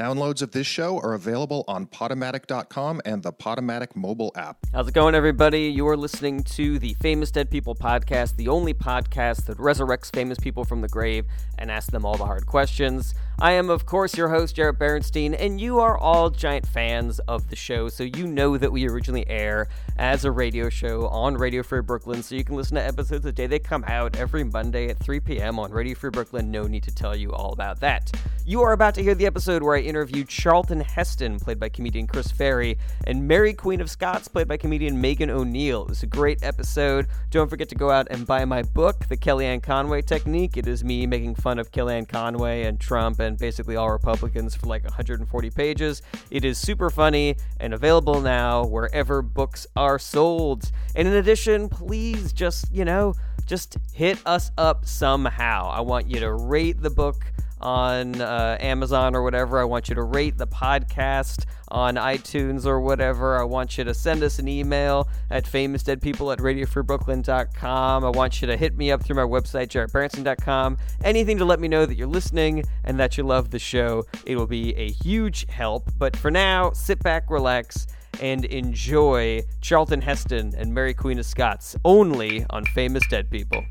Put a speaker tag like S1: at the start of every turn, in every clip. S1: Downloads of this show are available on Potomatic.com and the Potomatic mobile app.
S2: How's it going, everybody? You are listening to the Famous Dead People podcast, the only podcast that resurrects famous people from the grave and asks them all the hard questions. I am, of course, your host, Jarrett Berenstein, and you are all giant fans of the show, so you know that we originally air as a radio show on Radio Free Brooklyn, so you can listen to episodes the day they come out every Monday at 3 p.m. on Radio Free Brooklyn. No need to tell you all about that. You are about to hear the episode where I interviewed Charlton Heston, played by comedian Chris Ferry, and Mary Queen of Scots, played by comedian Megan O'Neill. It was a great episode. Don't forget to go out and buy my book, The Kellyanne Conway Technique. It is me making fun of Kellyanne Conway and Trump and basically all Republicans for like 140 pages. It is super funny and available now wherever books are sold. And in addition, please just, you know, just hit us up somehow. I want you to rate the book on uh, Amazon or whatever. I want you to rate the podcast on iTunes or whatever. I want you to send us an email at famousdeadpeople at radiofreebrooklyn.com. I want you to hit me up through my website, jarrettbranson.com. Anything to let me know that you're listening and that you love the show. It will be a huge help. But for now, sit back, relax, and enjoy Charlton Heston and Mary Queen of Scots only on Famous Dead People.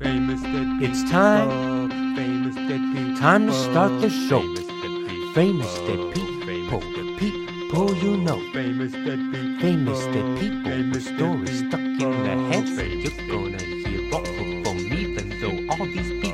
S3: Famous dead
S4: It's time.
S3: people. Famous dead people.
S4: Time to start the show.
S3: Famous dead people.
S4: Famous dead people, people you know.
S3: Famous dead people.
S4: Famous dead people,
S3: Famous dead
S4: stories stuck in their heads.
S3: Famous
S4: You're
S3: dead
S4: gonna hear rock from me, even though all these people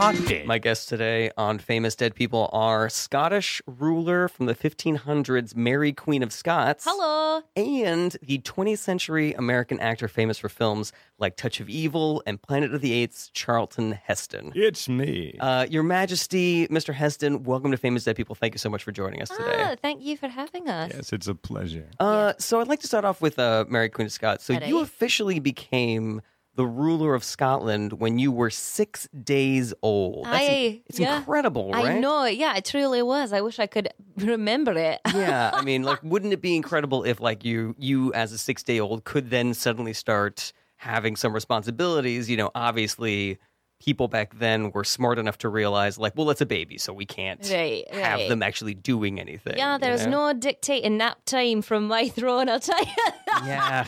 S4: are dead.
S2: My guests today on Famous Dead People are Scottish ruler from the 1500s, Mary Queen of Scots.
S5: Hello.
S2: And the 20th century American actor famous for films like Touch of Evil and Planet of the Apes, Charlton Heston.
S6: It's me.
S2: Uh, Your Majesty, Mr. Heston, welcome to Famous Dead People. Thank you so much for joining us
S5: Ah,
S2: today.
S5: thank you for having us.
S6: yes, it's a pleasure.
S2: Uh, so I'd like to start off with uh, Mary Queen of Scots. So
S5: Alrighty.
S2: you officially became the ruler of Scotland when you were six days old. That's in-
S5: I-
S2: it's
S5: yeah.
S2: incredible, right?
S5: I know. Yeah, it truly was. I wish I could remember it.
S2: yeah i mean like wouldn't it be incredible if like you you as a six day old could then suddenly start having some responsibilities you know obviously people back then were smart enough to realize like well it's a baby so we can't
S5: Right,
S2: have
S5: right.
S2: them actually doing anything
S5: yeah,
S2: you
S5: there was
S2: know?
S5: no dictating nap time from my throne. I'll tell you.
S2: yeah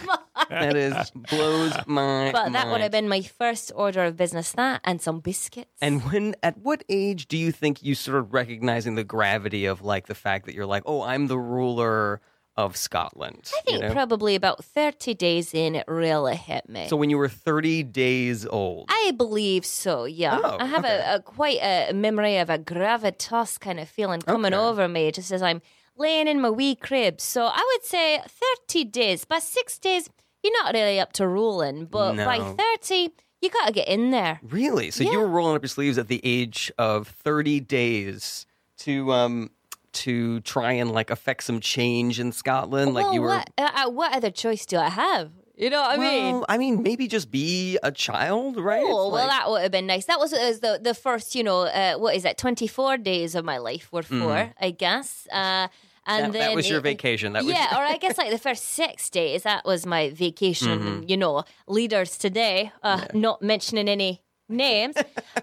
S2: that is blows my
S5: But that would
S2: mind.
S5: have been my first order of business. That and some biscuits.
S2: and when at what age do you think you started recognizing the gravity of like the fact that you're like oh i'm the ruler of scotland
S5: I think
S2: you know?
S5: probably about thirty days in, it really hit me.
S2: so when you were 30 days old
S5: I believe so. Yeah,
S2: Oh,
S5: I have
S2: okay.
S5: a, a quite a memory of a gravitas kind of feeling coming
S2: Okay.
S5: over me, just as I'm laying in my wee crib. So I would say thirty days, by six days, you're not really up to rolling, but by
S2: No.
S5: thirty, you gotta get in there.
S2: Really? So you
S5: Yeah.
S2: were rolling up your sleeves at the age of 30 days to um to try and like affect some change in Scotland like
S5: well,
S2: you were
S5: what, uh, uh, what other choice do I have? You know what I mean?
S2: Well, I mean maybe just be a child, right?
S5: Oh,
S2: It's
S5: well,
S2: like-
S5: that would have been nice. That was, was the the first, you know, uh, what is that? Twenty four days of my life were for, I guess. Uh, and
S2: Mm. that,
S5: then
S2: that was your
S5: it-
S2: vacation. That was
S5: yeah, or I guess like the first six days, that was my vacation.
S2: Mm-hmm.
S5: You know, leaders today, uh, not mentioning any names,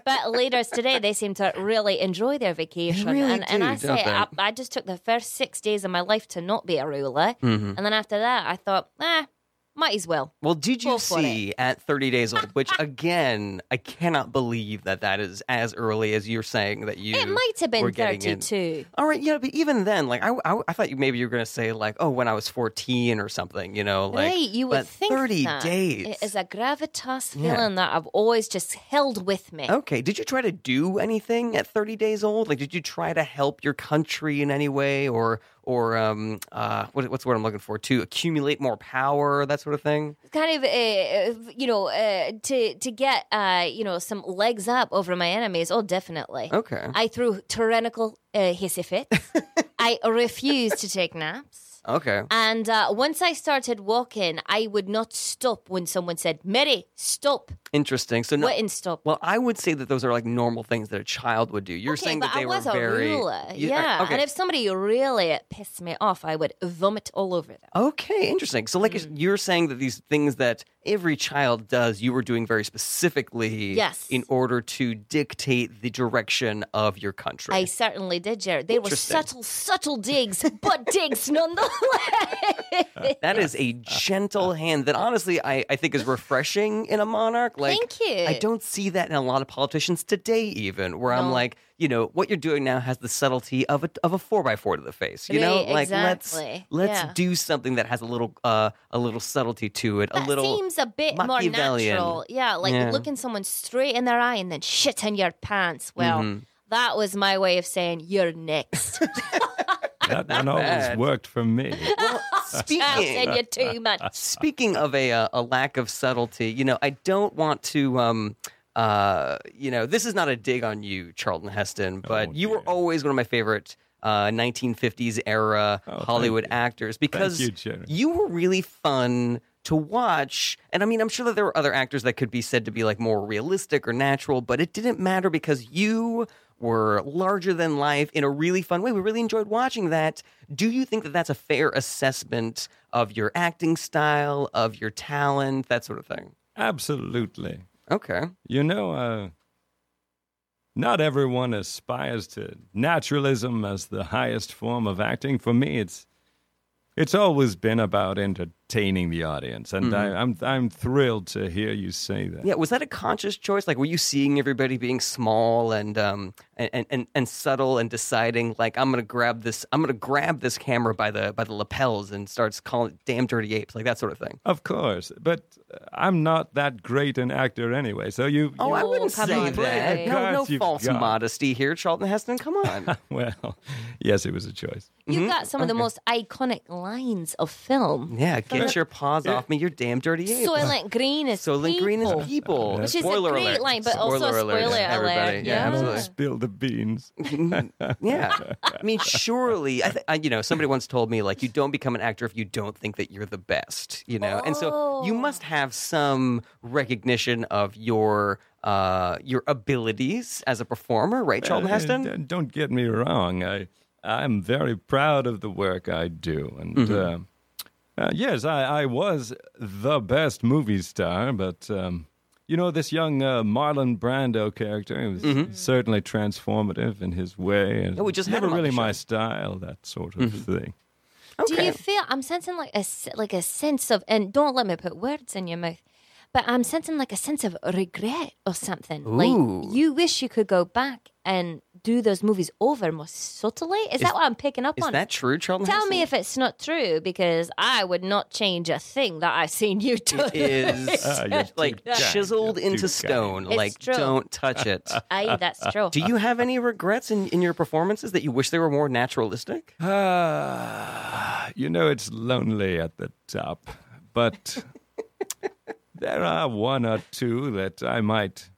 S5: but leaders today, they seem to really enjoy their vacation.
S2: really
S5: and, and I
S2: do, don't
S5: say,
S2: they?
S5: I, I just took the first six days of my life to not be a ruler.
S2: Mm.
S5: And then after that, I thought, ah, might as well.
S2: Mm-hmm. Well, did you
S5: Go for it.
S2: see at 30 days old, which again, I cannot believe that that is as early as you're saying that you
S5: It might have
S2: were
S5: been
S2: getting in.
S5: 32.
S2: All right, yeah, but even then, like I, I, I thought you maybe you were gonna say like, oh, when I was fourteen or something, you know, like
S5: right, you would
S2: but
S5: think
S2: thirty
S5: that.
S2: days.
S5: It is a gravitas feeling
S2: Yeah.
S5: that I've always just held with me.
S2: okay, did you try to do anything at thirty days old? Like, did you try to help your country in any way, or or um, uh, what, what's the word I'm looking for? To accumulate more power, that sort of thing.
S5: kind of uh, you know uh, to to get uh, you know some legs up over my enemies. Oh, definitely.
S2: Okay.
S5: I threw tyrannical uh, hissy fits. I refused to take naps.
S2: Okay.
S5: And uh, once I started walking, I would not stop when someone said, Mary, stop.
S2: Interesting. So, no,
S5: Wait and stop.
S2: well, I would say that those are like normal things that a child would do. You're
S5: okay,
S2: saying
S5: but
S2: that they
S5: I
S2: were
S5: was
S2: very.
S5: a ruler.
S2: You- uh,
S5: yeah.
S2: Okay.
S5: And if somebody really pissed me off, I would vomit all over them.
S2: Okay, interesting. So, like,
S5: Mm.
S2: you're saying that these things that every child does, you were doing very specifically,
S5: Yes.
S2: in order to dictate the direction of your country.
S5: I certainly did, Jared. They were
S2: Interesting.
S5: subtle, subtle digs, but digs nonetheless.
S2: That is a gentle hand that honestly I, I think is refreshing in a monarch. Like
S5: Thank you.
S2: I don't see that in a lot of politicians today even, where I'm
S5: No.
S2: like, you know, what you're doing now has the subtlety of a of a four by four to the face. You know?
S5: Right,
S2: Like let's
S5: exactly.
S2: let's
S5: Yeah.
S2: do something that has a little uh a little subtlety to it, a
S5: that
S2: little
S5: seems a bit more
S2: Machiavellian.
S5: natural. Yeah, like
S2: Yeah.
S5: looking someone straight in their eye and then shit in your pants. Well,
S2: Mm-hmm.
S5: that was my way of saying you're next.
S7: That one always
S2: bad.
S7: worked for me.
S2: well,
S5: I
S2: speaking
S5: said you're too much.
S2: Speaking of a uh, a lack of subtlety, you know, I don't want to. Um, uh, you know, this is not a dig on you, Charlton Heston, but
S7: Oh,
S2: you were
S7: dear.
S2: always one of my favorite uh, 1950s era
S7: Oh, thank
S2: Hollywood
S7: you.
S2: actors because
S7: you, Jeremy.
S2: you were really fun to watch. And I mean, I'm sure that there were other actors that could be said to be like more realistic or natural, but it didn't matter because you were larger than life in a really fun way. We really enjoyed watching that. Do you think that that's a fair assessment of your acting style, of your talent, that sort of thing?
S7: Absolutely.
S2: Okay.
S7: You know, uh, not everyone aspires to naturalism as the highest form of acting. For me, it's it's always been about entertaining the audience, and I, I'm I'm thrilled to hear you say that.
S2: Yeah, was that a conscious choice? Like, were you seeing everybody being small and um and and, and subtle and deciding like I'm gonna grab this I'm gonna grab this camera by the by the lapels and starts calling it damn dirty apes like that sort of thing.
S7: Of course, but I'm not that great an actor anyway. So you,
S2: Oh, I
S5: Oh,
S2: wouldn't
S5: come
S2: say
S5: on,
S2: that.
S5: Ray.
S2: No, no
S7: Guys, you've
S2: false
S7: got-
S2: modesty here, Charlton Heston. Come on.
S7: you- well, yes, it was a choice.
S5: You
S2: Mm-hmm.
S5: got some of the most iconic lines of film.
S2: yeah, get your paws off me. You're damn dirty ape.
S5: Soylent Green is
S2: Soylent Green
S5: people.
S2: is people.
S5: Which is a
S2: spoiler
S5: great
S2: alert.
S5: line, but also a spoiler alert.
S2: Everybody.
S5: Yeah.
S2: yeah absolutely.
S7: Spill the beans.
S2: Yeah. I mean, surely, I th- I, you know, somebody once told me, like, you don't become an actor if you don't think that you're the best, you know? And so you
S5: Oh.
S2: must have some recognition of your. Uh, your abilities as a performer, right, Charlton
S7: Uh,
S2: Heston?
S7: d- Don't get me wrong. I I'm very proud of the work I do, and
S2: Mm-hmm.
S7: uh, uh, yes, I, I was the best movie star. But um, you know, this young uh, Marlon Brando character he was certainly transformative in his way. and
S2: Mm-hmm. Yeah, we just had
S7: never
S2: him on the
S7: really my
S2: show. Mm-hmm.
S7: style, that sort of thing.
S5: Do you feel? I'm sensing like a s- like a sense of, and don't let me put words in your mouth, but I'm sensing like a sense of regret or something.
S2: Ooh.
S5: Like you wish you could go back and do those movies over more subtly. Is, that what I'm picking up
S2: Is
S5: on?
S2: that true, Charlton
S5: Tell
S2: Heston?
S5: me if it's not true, because I would not change a thing that I've seen you do.
S2: is
S7: Ah, you're too
S2: like
S7: kind.
S2: chiseled
S7: You're too
S2: into
S7: kind.
S2: stone.
S5: It's
S2: like,
S5: true.
S2: don't touch it.
S5: Aye, that's true.
S2: Do you have any regrets in, in your performances that you wish they were more naturalistic?
S7: Uh, Ah, you know, it's lonely at the top, but there are one or two that I might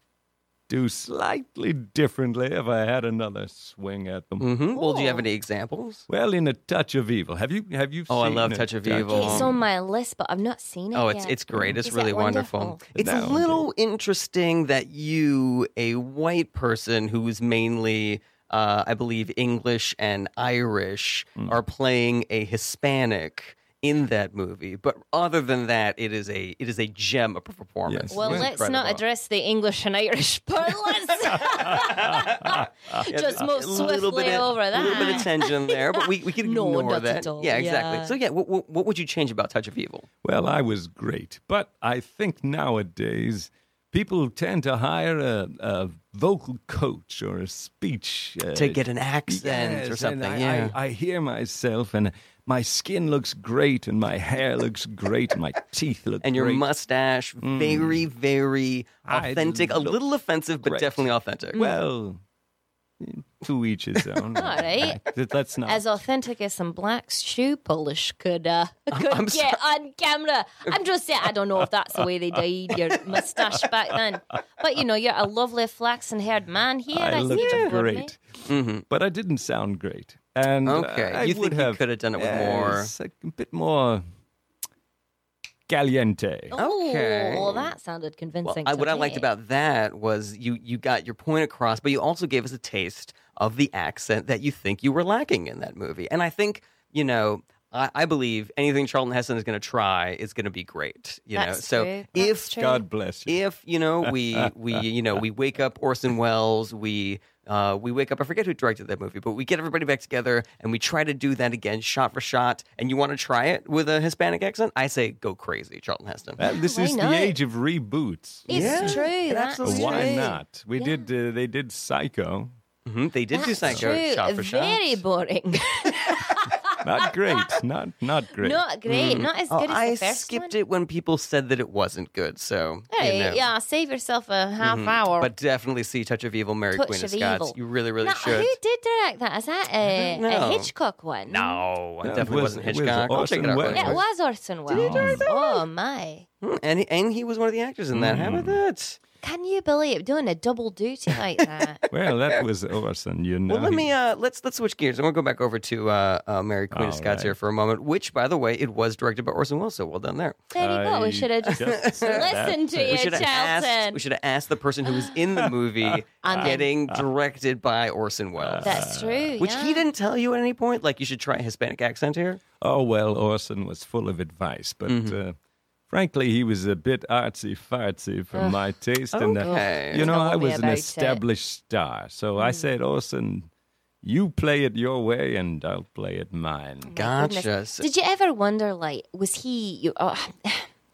S7: do slightly differently if I had another swing at them.
S2: hmm Well, do you have any examples?
S7: Well, in a touch of evil, have you have you?
S2: Oh, I
S7: seen
S2: love
S7: A
S2: Touch of Evil.
S5: it's on my list, but I've not seen it.
S2: um, Oh, it's
S5: yet.
S2: it's great. It's
S5: Is
S2: really
S5: that
S2: wonderful. It's a
S7: No,
S2: little interesting that you, a white person who is mainly, uh, I believe, English and Irish, are playing a Hispanic in that movie. But other than that, it is a it is a gem of a performance.
S7: Yes.
S5: Well,
S7: It's
S5: let's not
S2: incredible.
S5: address the English and Irish parlance. Just move
S2: a little
S5: swiftly
S2: bit of,
S5: over
S2: A little bit of
S5: that.
S2: tension there, but we, we can
S5: No,
S2: ignore
S5: not
S2: that.
S5: at all.
S2: Yeah, exactly.
S5: Yeah.
S2: So yeah, what, what, what would you change about Touch of Evil?
S7: Well, I was great, but I think nowadays people tend to hire a, a vocal coach or a speech uh,
S2: To get an accent or
S7: Yes,
S2: something.
S7: and I,
S2: yeah.
S7: I, I hear myself, and my skin looks great, and my hair looks great, and my teeth look
S2: and your
S7: great. Mm.
S2: mustache very very
S7: I
S2: authentic a
S7: look
S2: little offensive but
S7: great.
S2: definitely authentic
S7: Mm.
S5: Mm,
S7: well, to each his own. All
S5: right.
S7: That's not.
S5: As authentic as some black shoe polish could uh, could
S2: I'm
S5: get on camera. I'm just saying, I don't know if that's the way they dyed your mustache back then. But you know, you're a lovely flaxen haired man here.
S7: I
S5: That's
S7: looked
S5: beautiful, mate.
S7: great, but I didn't sound great. And uh,
S2: Mm-hmm. Okay,
S7: I
S2: you
S7: would
S2: think you
S7: have
S2: could have done it with more-
S7: yes, a bit more caliente.
S2: Okay.
S5: Oh, that sounded
S2: Well,
S5: convincing.
S2: I,
S5: to
S2: what I liked
S5: me.
S2: about that was you you got your point across, but you also gave us a taste of the accent that you think you were lacking in that movie. And I think you know. I I believe anything Charlton Heston is going to try is going to be great. You know,
S5: That's
S2: so
S5: true.
S2: if
S5: That's true.
S7: God bless you.
S2: if you know we we you know we wake up Orson Welles, we uh, we wake up. I forget who directed that movie, but we get everybody back together and we try to do that again, shot for shot. And you want to try it with a Hispanic accent? I say go crazy, Charlton Heston.
S7: Well, this
S5: Why
S7: is
S5: not?
S7: the age of reboots.
S5: It's
S2: Yeah,
S5: true. That's
S7: So
S2: absolutely
S5: true.
S7: why not? We
S5: Yeah.
S7: did. Uh, they did Psycho.
S2: hmm They did do
S5: That's
S2: Psycho
S5: true.
S2: shot for shot.
S5: Very boring.
S7: Not great. not not great.
S5: Not great. Not as
S2: Oh,
S5: good as
S2: I
S5: the first
S2: skipped
S5: one.
S2: it when people said that it wasn't good. So you
S5: Hey,
S2: know. Mm-hmm.
S5: yeah, save yourself a half hour.
S2: But definitely see Touch of Evil, Mary
S5: Touch
S2: Queen of
S5: of
S2: Scots.
S5: Evil.
S2: You really, really
S5: No,
S2: should.
S5: who did direct that? Is that a, a
S2: know.
S5: Hitchcock one?
S2: No, it
S7: No, it
S2: definitely
S7: was-
S2: wasn't
S7: it was
S2: Hitchcock. I'll check it
S7: Orson
S2: out.
S7: Welles.
S2: Really
S5: It
S2: quick.
S5: was Orson Welles. oh my!
S2: Hmm, and he, and he was one of the actors in that. How about that?
S5: Can you believe doing a double duty like that?
S7: Well, that was Orson. You know.
S2: Well, let
S7: he-
S2: me uh, let's let's switch gears. I'm gonna go back over to uh, uh, Mary Queen of
S7: All
S2: Scots
S7: right.
S2: here for a moment. Which, by the way, it was directed by Orson Welles. So well done there.
S5: There you go.
S7: I
S5: We should have just
S7: said
S5: listened
S7: that.
S5: to you,
S2: We should have asked.
S5: Charlton.
S2: We should have asked the person who was in the movie
S5: then-
S2: getting directed by Orson Welles.
S5: That's true.
S2: Uh, which
S5: yeah.
S2: he didn't tell you at any point. Like you should try a Hispanic accent here.
S7: Oh well, Orson was full of advice, but
S2: Mm-hmm.
S7: uh, frankly, he was a bit artsy fartsy for my taste, and
S2: Okay.
S7: uh, you know,
S5: Tell
S7: I
S5: me
S7: was an
S5: about it. Mm.
S7: established star, so I said, Orson, you play it your way, and I'll play it mine.
S5: My goodness.
S2: Gotcha. So-
S5: Did you ever wonder, like, was he? You, oh,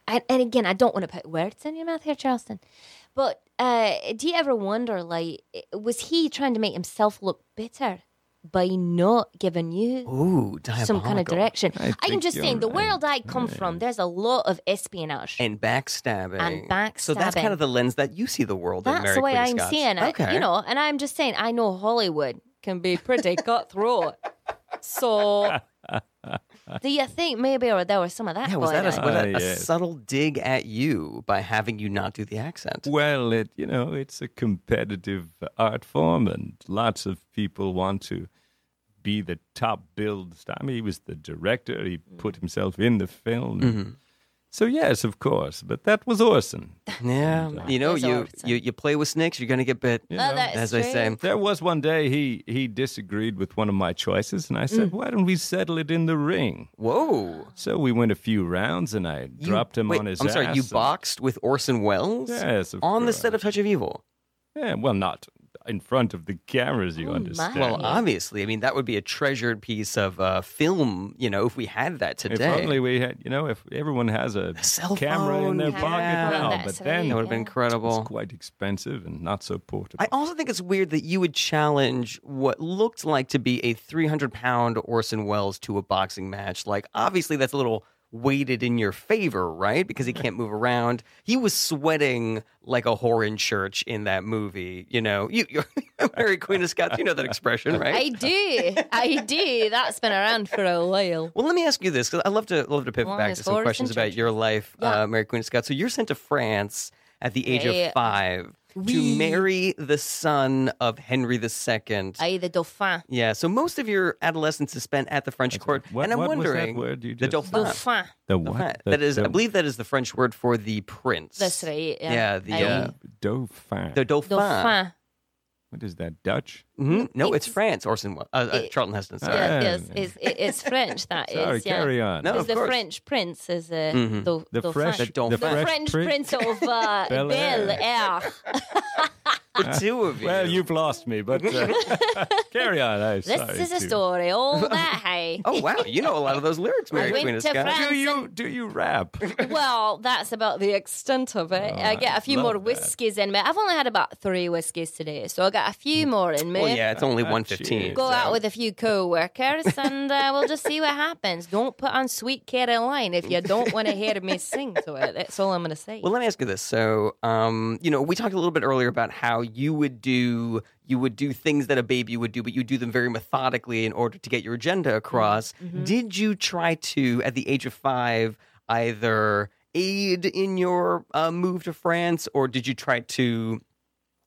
S5: I, and again, I don't want to put words in your mouth here, Charleston, but uh, do you ever wonder, like, was he trying to make himself look bitter by not giving you
S2: Ooh, diabolical.
S5: some kind of direction?
S7: I
S5: am
S7: think
S5: just
S7: you're
S5: saying, the
S7: right.
S5: world I come from, there's a lot of espionage.
S2: and backstabbing
S5: And
S2: So that's
S5: backstabbing.
S2: kind of the lens that you see the world. in
S5: That's
S2: Mary
S5: the way
S2: Queen of
S5: I'm
S2: Scots.
S5: seeing it.
S2: Okay,
S5: You know, and I'm just saying, I know Hollywood can be pretty cutthroat. So, do you think maybe or there was some of that
S2: Yeah,
S5: going
S2: was that, a,
S5: on?
S2: was that
S7: Ah,
S2: a
S7: yes.
S2: subtle dig at you by having you not do the accent?
S7: Well, it you know, it's a competitive uh, art form, and lots of people want to be the top billed star. I mean, he was the director; he
S2: Mm.
S7: put himself in the film.
S2: Mm-hmm.
S7: So yes, of course, but that was Orson.
S2: Yeah, um,
S7: uh,
S2: you know,
S5: There's
S2: you,
S5: Orson.
S2: you you play with snakes, you're gonna get bit.
S5: Oh, that's
S2: as
S5: true.
S2: I say,
S7: There was one day he he disagreed with one of my choices, and I
S2: Mm.
S7: said, "Why don't we settle it in the ring?"
S2: whoa,
S7: So we went a few rounds, and I
S2: You-
S7: dropped him
S2: wait,
S7: on his.
S2: I'm sorry, you
S7: ass and-
S2: boxed with Orson Welles
S7: Yes, of
S2: on the
S7: course.
S2: set of Touch of Evil.
S7: Yeah, well, not in front of the cameras, you
S5: Oh, my.
S7: understand.
S2: Well,
S5: Yeah.
S2: obviously, I mean that would be a treasured piece of uh, film. You know, if we had that
S7: if
S2: today,
S7: only we had, you know, if everyone has a
S2: cell
S7: camera in
S2: phone,
S7: their
S2: yeah.
S7: pocket now,
S5: That's
S7: but
S5: right,
S7: then
S2: that would
S5: yeah.
S2: have been
S7: it's
S2: incredible.
S7: quite expensive and not so portable.
S2: I also think it's weird that you would challenge what looked like to be a 300 pound Orson Welles to a boxing match. Like, obviously, that's a little weighted in your favor, right? Because he can't move around. He was sweating like a whore in church in that movie. You know, you, you're Mary Queen of Scots, you know that expression, right?
S5: I do. I do. That's been around for a while.
S2: Well, let me ask you this because I love to love to pivot
S5: Long
S2: back
S5: as
S2: to some
S5: horse
S2: questions
S5: and
S2: about your life,
S5: Yeah.
S2: uh, Mary Queen of Scots. So you're sent to France at the age
S5: Yeah.
S2: of five
S5: Oui.
S2: to marry the son of Henry II.
S5: Aye, the Dauphin.
S2: yeah, so most of your adolescence is spent at the French court,
S7: What-
S2: and I'm
S7: what was that
S2: wondering
S7: word you
S2: the
S7: just-
S2: dauphin.
S5: Dauphin.
S7: the
S2: Dauphin.
S7: what?
S2: that is,
S7: the,
S2: I believe, that is the French word for the prince.
S5: That's right. Yeah.
S2: Yeah, the,
S5: Aye.
S2: uh,
S7: Dauphin.
S2: The dauphin.
S5: Dauphin.
S7: what is that? Dutch?
S2: Mhm. No, it's,
S5: It's-
S2: France. Orson Welles, uh, uh,
S5: It-
S2: Charlton Heston. Sorry.
S5: Yeah,
S7: Ah.
S5: yes, it's, it- it's French. That is.
S7: Sorry,
S5: yeah.
S7: carry on.
S2: No,
S5: 'Cause
S2: of
S5: the
S2: course.
S5: French prince is uh,
S2: Mhm.
S5: the,
S7: The fresh,
S5: Dauphin.
S2: Dauphin.
S7: the
S5: The
S7: fresh
S5: French
S7: prince.
S5: prince of uh,
S7: Bel
S5: Bel
S7: Air.
S5: Air.
S2: The two of you.
S7: Well, you've lost me, but uh, carry on. I'm
S5: This
S7: sorry
S5: is a
S7: to-
S5: story. All that high.
S2: Oh wow, you know a lot of those lyrics, Mary
S5: went
S2: Queen of
S5: to
S2: Scots.
S5: France.
S7: Do you do you rap?
S5: Well, that's about the extent of it. I get a few
S7: Oh, love
S5: more
S7: that.
S5: whiskies in me. I've only had about three whiskies today, so I got a few more in me.
S2: Well, Mm. Oh, yeah, it's only
S7: Ah,
S2: one fifteen.
S7: cheers.
S5: Go out with a few co-workers, and uh, we'll just see what happens. Don't put on Sweet Caroline if you don't want to hear me sing to it. That's all I'm going to say.
S2: Well, let me ask you this. So, um, you know, we talked a little bit earlier about how you would do you would do things that a baby would do, but you do them very methodically in order to get your agenda
S5: Mm-hmm.
S2: across. Did you try to, at the age of five, either aid in your uh, move to France, or did you try to,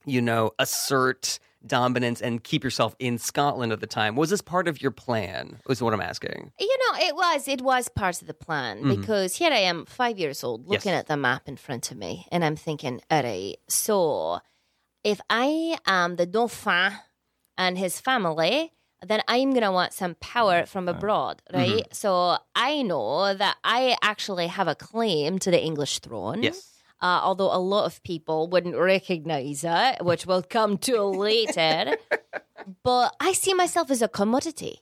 S2: you know, assert dominance and keep yourself in Scotland at the time. Was this part of your plan? Is what I'm asking.
S5: You know, it was it was part of the plan because here I am, five years old, looking
S2: Mm-hmm. Yes.
S5: at the map in front of me, and I'm thinking, all right, so if I am the Dauphin and his family, then I'm gonna want some power
S2: Mm-hmm.
S5: from abroad, right? So I know that I actually have a claim to the English throne.
S2: Yes.
S5: uh, although a lot of people wouldn't recognize it, which we'll come to later. but I see myself as a commodity.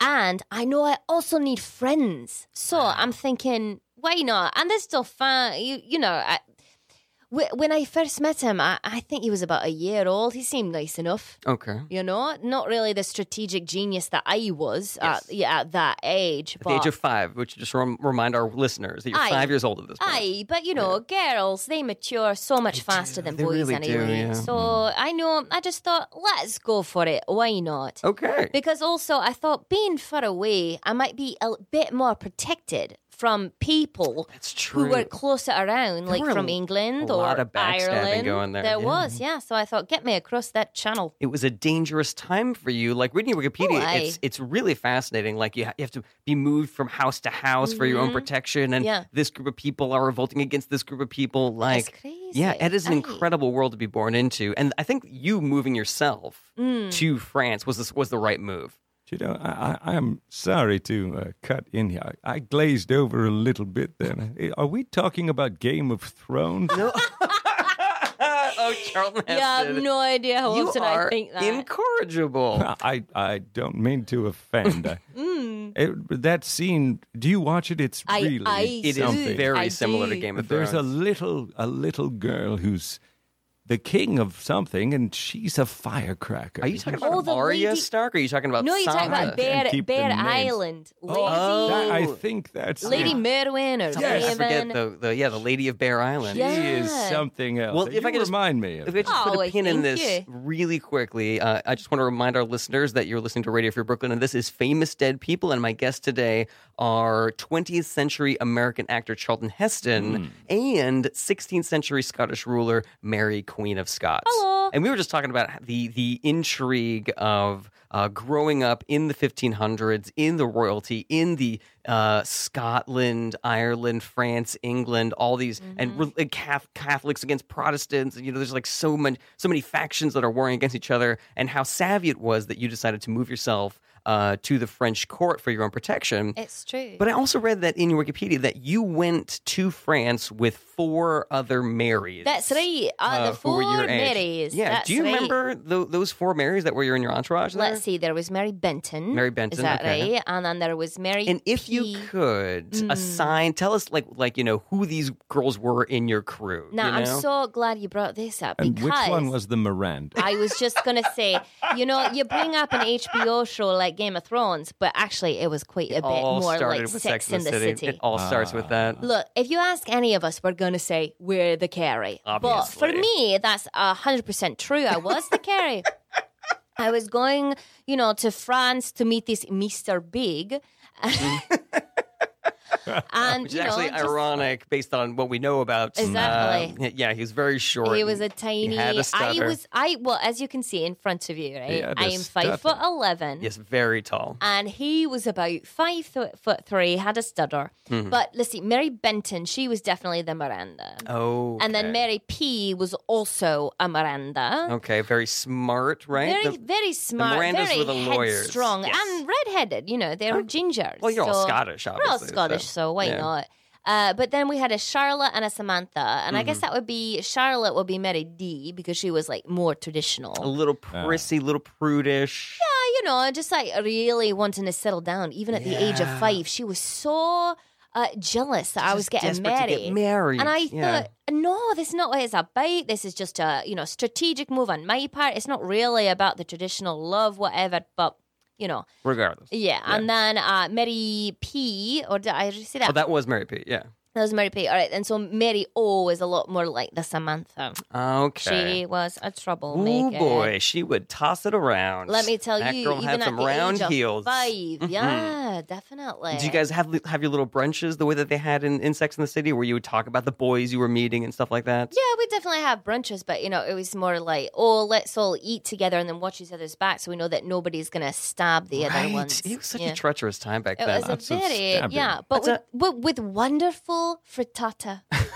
S5: And I know I also need friends. So
S2: Ah.
S5: I'm thinking, why not? And this Dauphin, you, you know, I, wh- when I first met him, I, I think he was about a year old. He seemed nice enough.
S2: Okay.
S5: You know, not really the strategic genius that I was
S2: Yes.
S5: at, yeah, at that age.
S2: At
S5: but
S2: the age of five, which just rem- remind our listeners that you're
S5: Aye.
S2: five years old at this point.
S5: Aye, but you know, girls, they mature so much faster than
S2: They
S5: boys
S2: really do,
S5: anyway.
S2: yeah. Mm.
S5: So I know, I just thought, let's go for it. Why not?
S2: Okay.
S5: Because also, I thought being far away, I might be a bit more protected from people
S2: That's
S5: who
S2: true.
S5: were closer around, like
S2: were a
S5: from
S2: l-
S5: England
S2: a
S5: or
S2: lot of backstabbing
S5: Ireland.
S2: going there, yeah.
S5: was, yeah. So I thought, get me across that channel.
S2: it was a dangerous time for you. Like reading your Wikipedia,
S5: Oh, aye.
S2: it's it's really fascinating. Like you, ha- you have to be moved from house to house for your own protection, and
S5: Mm-hmm. Yeah.
S2: this group of people are revolting against this group of people. Like, yeah,
S5: crazy.
S2: it is an
S5: Aye.
S2: incredible world to be born into. And I think you moving yourself
S5: Mm.
S2: to France was this was the right move.
S7: You know, I, I, I'm sorry to uh, cut in here. I, I glazed over a little bit then. Eh, Are we talking about Game of Thrones?
S2: oh, Charlton
S5: Yeah, I have
S2: Heston.
S5: no idea how
S2: you
S5: often
S2: are
S5: I think that.
S2: incorrigible.
S7: I, I don't mean to offend. I- It- but that scene, do you watch it? It's
S5: Mm. I-
S7: really
S5: I
S2: It is
S7: something.
S2: very
S5: I
S2: similar to
S5: do.
S2: Game of
S7: But
S2: Thrones.
S7: there's a little a little girl who's the king of something, and she's a firecracker.
S2: Are you talking
S5: Oh,
S2: about
S5: the
S2: Arya
S5: lady-
S2: Stark? Or are you talking about
S5: no, you're talking
S2: Sansa?
S5: about
S7: Bear-
S5: Bear,
S7: keep the
S5: Bear
S7: names.
S5: Island.
S2: Oh,
S5: Lady,
S7: Oh, That- I think that's
S5: Lady
S7: it.
S5: Merwin or
S2: Yes. I
S5: Raven.
S2: forget the, the yeah the Lady of Bear Island.
S5: Yeah.
S7: She is something else.
S2: Well, if
S7: You
S2: I could just-
S7: remind me, of
S2: If we
S7: that.
S2: just put
S5: Oh,
S2: a
S5: I
S2: pin in
S5: thank
S2: this
S5: you.
S2: really quickly, uh, I just want to remind our listeners that you're listening to Radio Free Brooklyn, and this is Famous Dead People. And my guests today are 20th century American actor Charlton Heston and 16th century Scottish ruler Mary, Queen of Scots.
S5: Hello.
S2: And we were just talking about the the intrigue of uh, growing up in the 1500s, in the royalty, in the uh, Scotland, Ireland, France, England, all these,
S5: Mm-hmm.
S2: and re- and Cath- Catholics against Protestants. You know, there's like so many so many factions that are warring against each other, and how savvy it was that you decided to move yourself uh, to the French court for your own protection.
S5: It's true.
S2: But I also read that in your Wikipedia that you went to France with four other Marys.
S5: That's right. Uh, the
S2: who
S5: four
S2: were your age.
S5: Marys.
S2: Yeah.
S5: That's
S2: Do you
S5: right.
S2: remember tho- those four Marys that were your in your entourage? there?
S5: Let's see. There was Mary Benton.
S2: Mary
S5: Is
S2: Benton,
S5: that
S2: okay.
S5: right? And then there was Mary.
S2: And if you
S5: P. Mm.
S2: could assign, tell us like like you know who these girls were in your crew.
S5: Now
S2: you know?
S5: I'm so glad you brought this up
S7: and
S5: because
S7: which one was the Miranda?
S5: I was just gonna say, you know, you bring up an HBO show like Game of Thrones, but actually it was quite a bit
S2: all
S5: more
S2: started
S5: like
S2: with
S5: Sex in the City.
S2: It all starts with that.
S5: Look, if you ask any of us, we're going to say we're the Carrie. But for
S2: Obviously.
S5: me, that's 100% true. I was the Carrie. I was going, you know, to France to meet this Mr. Big. and,
S2: Which is
S5: you know,
S2: actually
S5: just-
S2: ironic based on what we know about. uh,
S5: Exactly.
S2: yeah, he was very short.
S5: He was a
S2: and
S5: tiny.
S2: had a
S5: I
S2: stutter.
S5: was. I well, as you can see in front of you,
S7: He
S5: right?
S7: had a
S5: I am
S7: stutter.
S5: five foot eleven.
S2: yes, very tall.
S5: and he was about five th- foot three, had a stutter.
S2: Mm-hmm.
S5: But listen, Mary Benton, she was definitely the Miranda.
S2: Oh,
S5: And then Mary P was also a Miranda.
S2: Okay, very smart, right?
S5: Very,
S2: The-
S5: very smart,
S2: Mirandas
S5: very
S2: were the lawyers.
S5: headstrong,
S2: Yes.
S5: and redheaded. You know, they were gingers.
S2: well, you're all
S5: so-
S2: Scottish,
S5: We're all
S2: obviously. so-
S5: Scottish, so, why
S2: yeah.
S5: not? Uh, but then we had a Charlotte and a Samantha, and I guess
S2: Mm-hmm.
S5: that would be Charlotte would be Mary D because she was like more traditional.
S2: A little prissy, little prudish.
S5: Uh, you know, just like really wanting to settle down, even at the age of
S2: Yeah.
S5: five, she was so uh, jealous that I was
S2: Just
S5: getting
S2: desperate to
S5: married.
S2: get married,
S5: and I
S2: yeah.
S5: thought, no, this is not what it's about. This is just a you know strategic move on my part. It's not really about the traditional love, whatever. But you know,
S2: Regardless.
S5: yeah. And then uh, Mary P, or did I just say that?
S2: Oh, that was Mary P. Yeah.
S5: That was Mary Pate. All right, and so Mary O is a lot more like the Samantha.
S2: Okay.
S5: She was a
S2: Oh
S5: troublemaker.
S2: boy, she would toss it around.
S5: Let me tell
S2: that
S5: you,
S2: girl
S5: even
S2: had
S5: at
S2: some
S5: the
S2: round
S5: age of
S2: heels. Mm-hmm.
S5: five, yeah, definitely.
S2: Did you guys have have your little brunches the way that they had in, in Sex in the City, where you would talk about the boys you were meeting and stuff like that?
S5: Yeah, we definitely have brunches, but you know, it was more like, oh, let's all eat together and then watch each other's back, so we know that nobody's gonna stab the other ones.
S2: It was such
S5: Yeah.
S2: a treacherous time back
S5: It
S2: then.
S5: was
S7: Lots
S5: a
S7: of
S5: very
S7: stabbing.
S5: yeah, but
S2: That's
S5: with, but with wonderful frittata.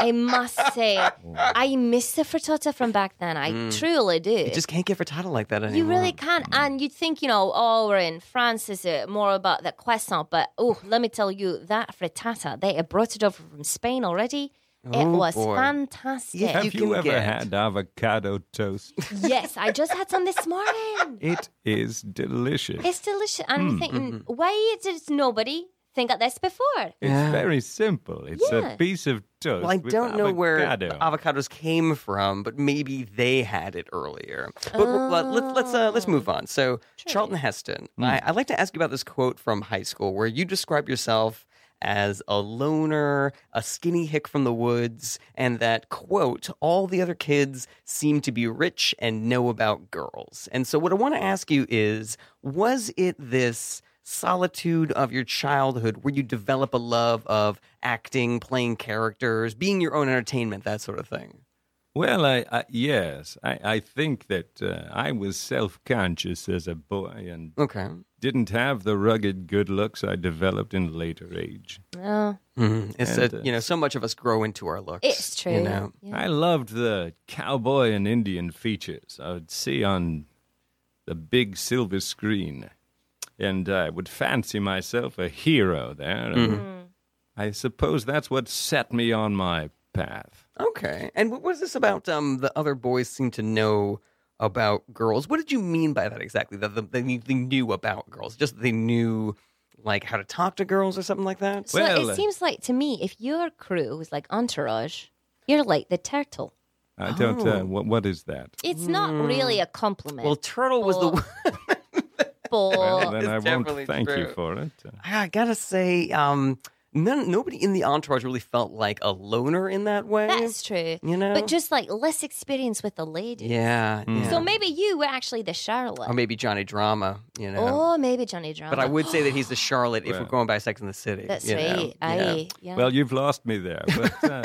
S5: I must say, I miss the frittata from back then. I truly do.
S2: you Mm. just can't get frittata like that
S5: You
S2: anymore. Mm.
S5: really can. And you'd think, you know, oh, we're in France, is it more about the croissant? But oh, let me tell you, that frittata, they had brought it over from Spain already. it
S2: Oh,
S5: was
S2: boy.
S5: fantastic.
S2: Yeah,
S7: Have
S2: you
S7: you,
S2: can
S7: ever
S2: get-
S7: had avocado toast?
S5: yes, I just had some this morning.
S7: it is delicious. It's,
S5: It's delicious. And
S2: Hmm,
S5: I'm thinking, why did nobody think of this before?
S2: Yeah.
S7: very simple. It's
S5: Yeah.
S7: a piece of toast.
S2: Well, I
S7: with
S2: don't know where
S7: avocado.
S2: the avocados came from, but maybe they had it earlier. But, but let's let's uh, let's move on. So Charlton Heston,
S7: Hmm.
S2: I, I'd like to ask you about this quote from high school where you describe yourself as a loner, a skinny hick from the woods, and that quote, all the other kids seem to be rich and know about girls. And so what I want to ask you is, was it this solitude of your childhood where you develop a love of acting, playing characters, being your own entertainment, that sort of thing.
S7: Well, I, I yes, I, I think that uh, I was self-conscious as a boy and
S2: Okay.
S7: didn't have the rugged good looks I developed in later age.
S5: No,
S2: Mhm. It's
S7: And,
S2: that,
S7: uh,
S2: you know, so much of us grow into our looks.
S5: it's true.
S2: You know,
S5: Yeah.
S7: I loved the cowboy and Indian features I would see on the big silver screen, and I would fancy myself a hero there.
S2: Mm-hmm.
S7: and I suppose that's what set me on my path.
S2: okay. And what was this about? Um, the other boys seem to know about girls. What did you mean by that exactly? That the, they, knew- they knew about girls, just that they knew like how to talk to girls or something like that.
S5: So
S7: Well,
S5: it
S7: uh,
S5: seems like to me, if your crew was like Entourage, you're like the turtle.
S7: I don't.
S2: Oh.
S7: Uh, what, what is that?
S5: It's not really a compliment.
S2: Hmm. Well, turtle was the.
S5: Well, but-
S7: then
S2: Oh, it's
S7: I
S2: definitely
S7: won't thank
S2: true.
S7: you for it. Uh,
S2: I gotta say, um, none, nobody in the entourage really felt like a loner in that way.
S5: That's true.
S2: you know?
S5: But just like less experience with the ladies.
S2: yeah, yeah.
S5: So maybe you were actually the Charlotte.
S2: or maybe Johnny Drama, you know.
S5: Oh, maybe Johnny Drama.
S2: But I would say that he's the Charlotte if
S7: Well.
S2: we're going by Sex in the City.
S5: That's
S2: you know?
S5: right.
S2: Yeah.
S5: Aye. Yeah.
S7: Well, you've lost me there. But uh,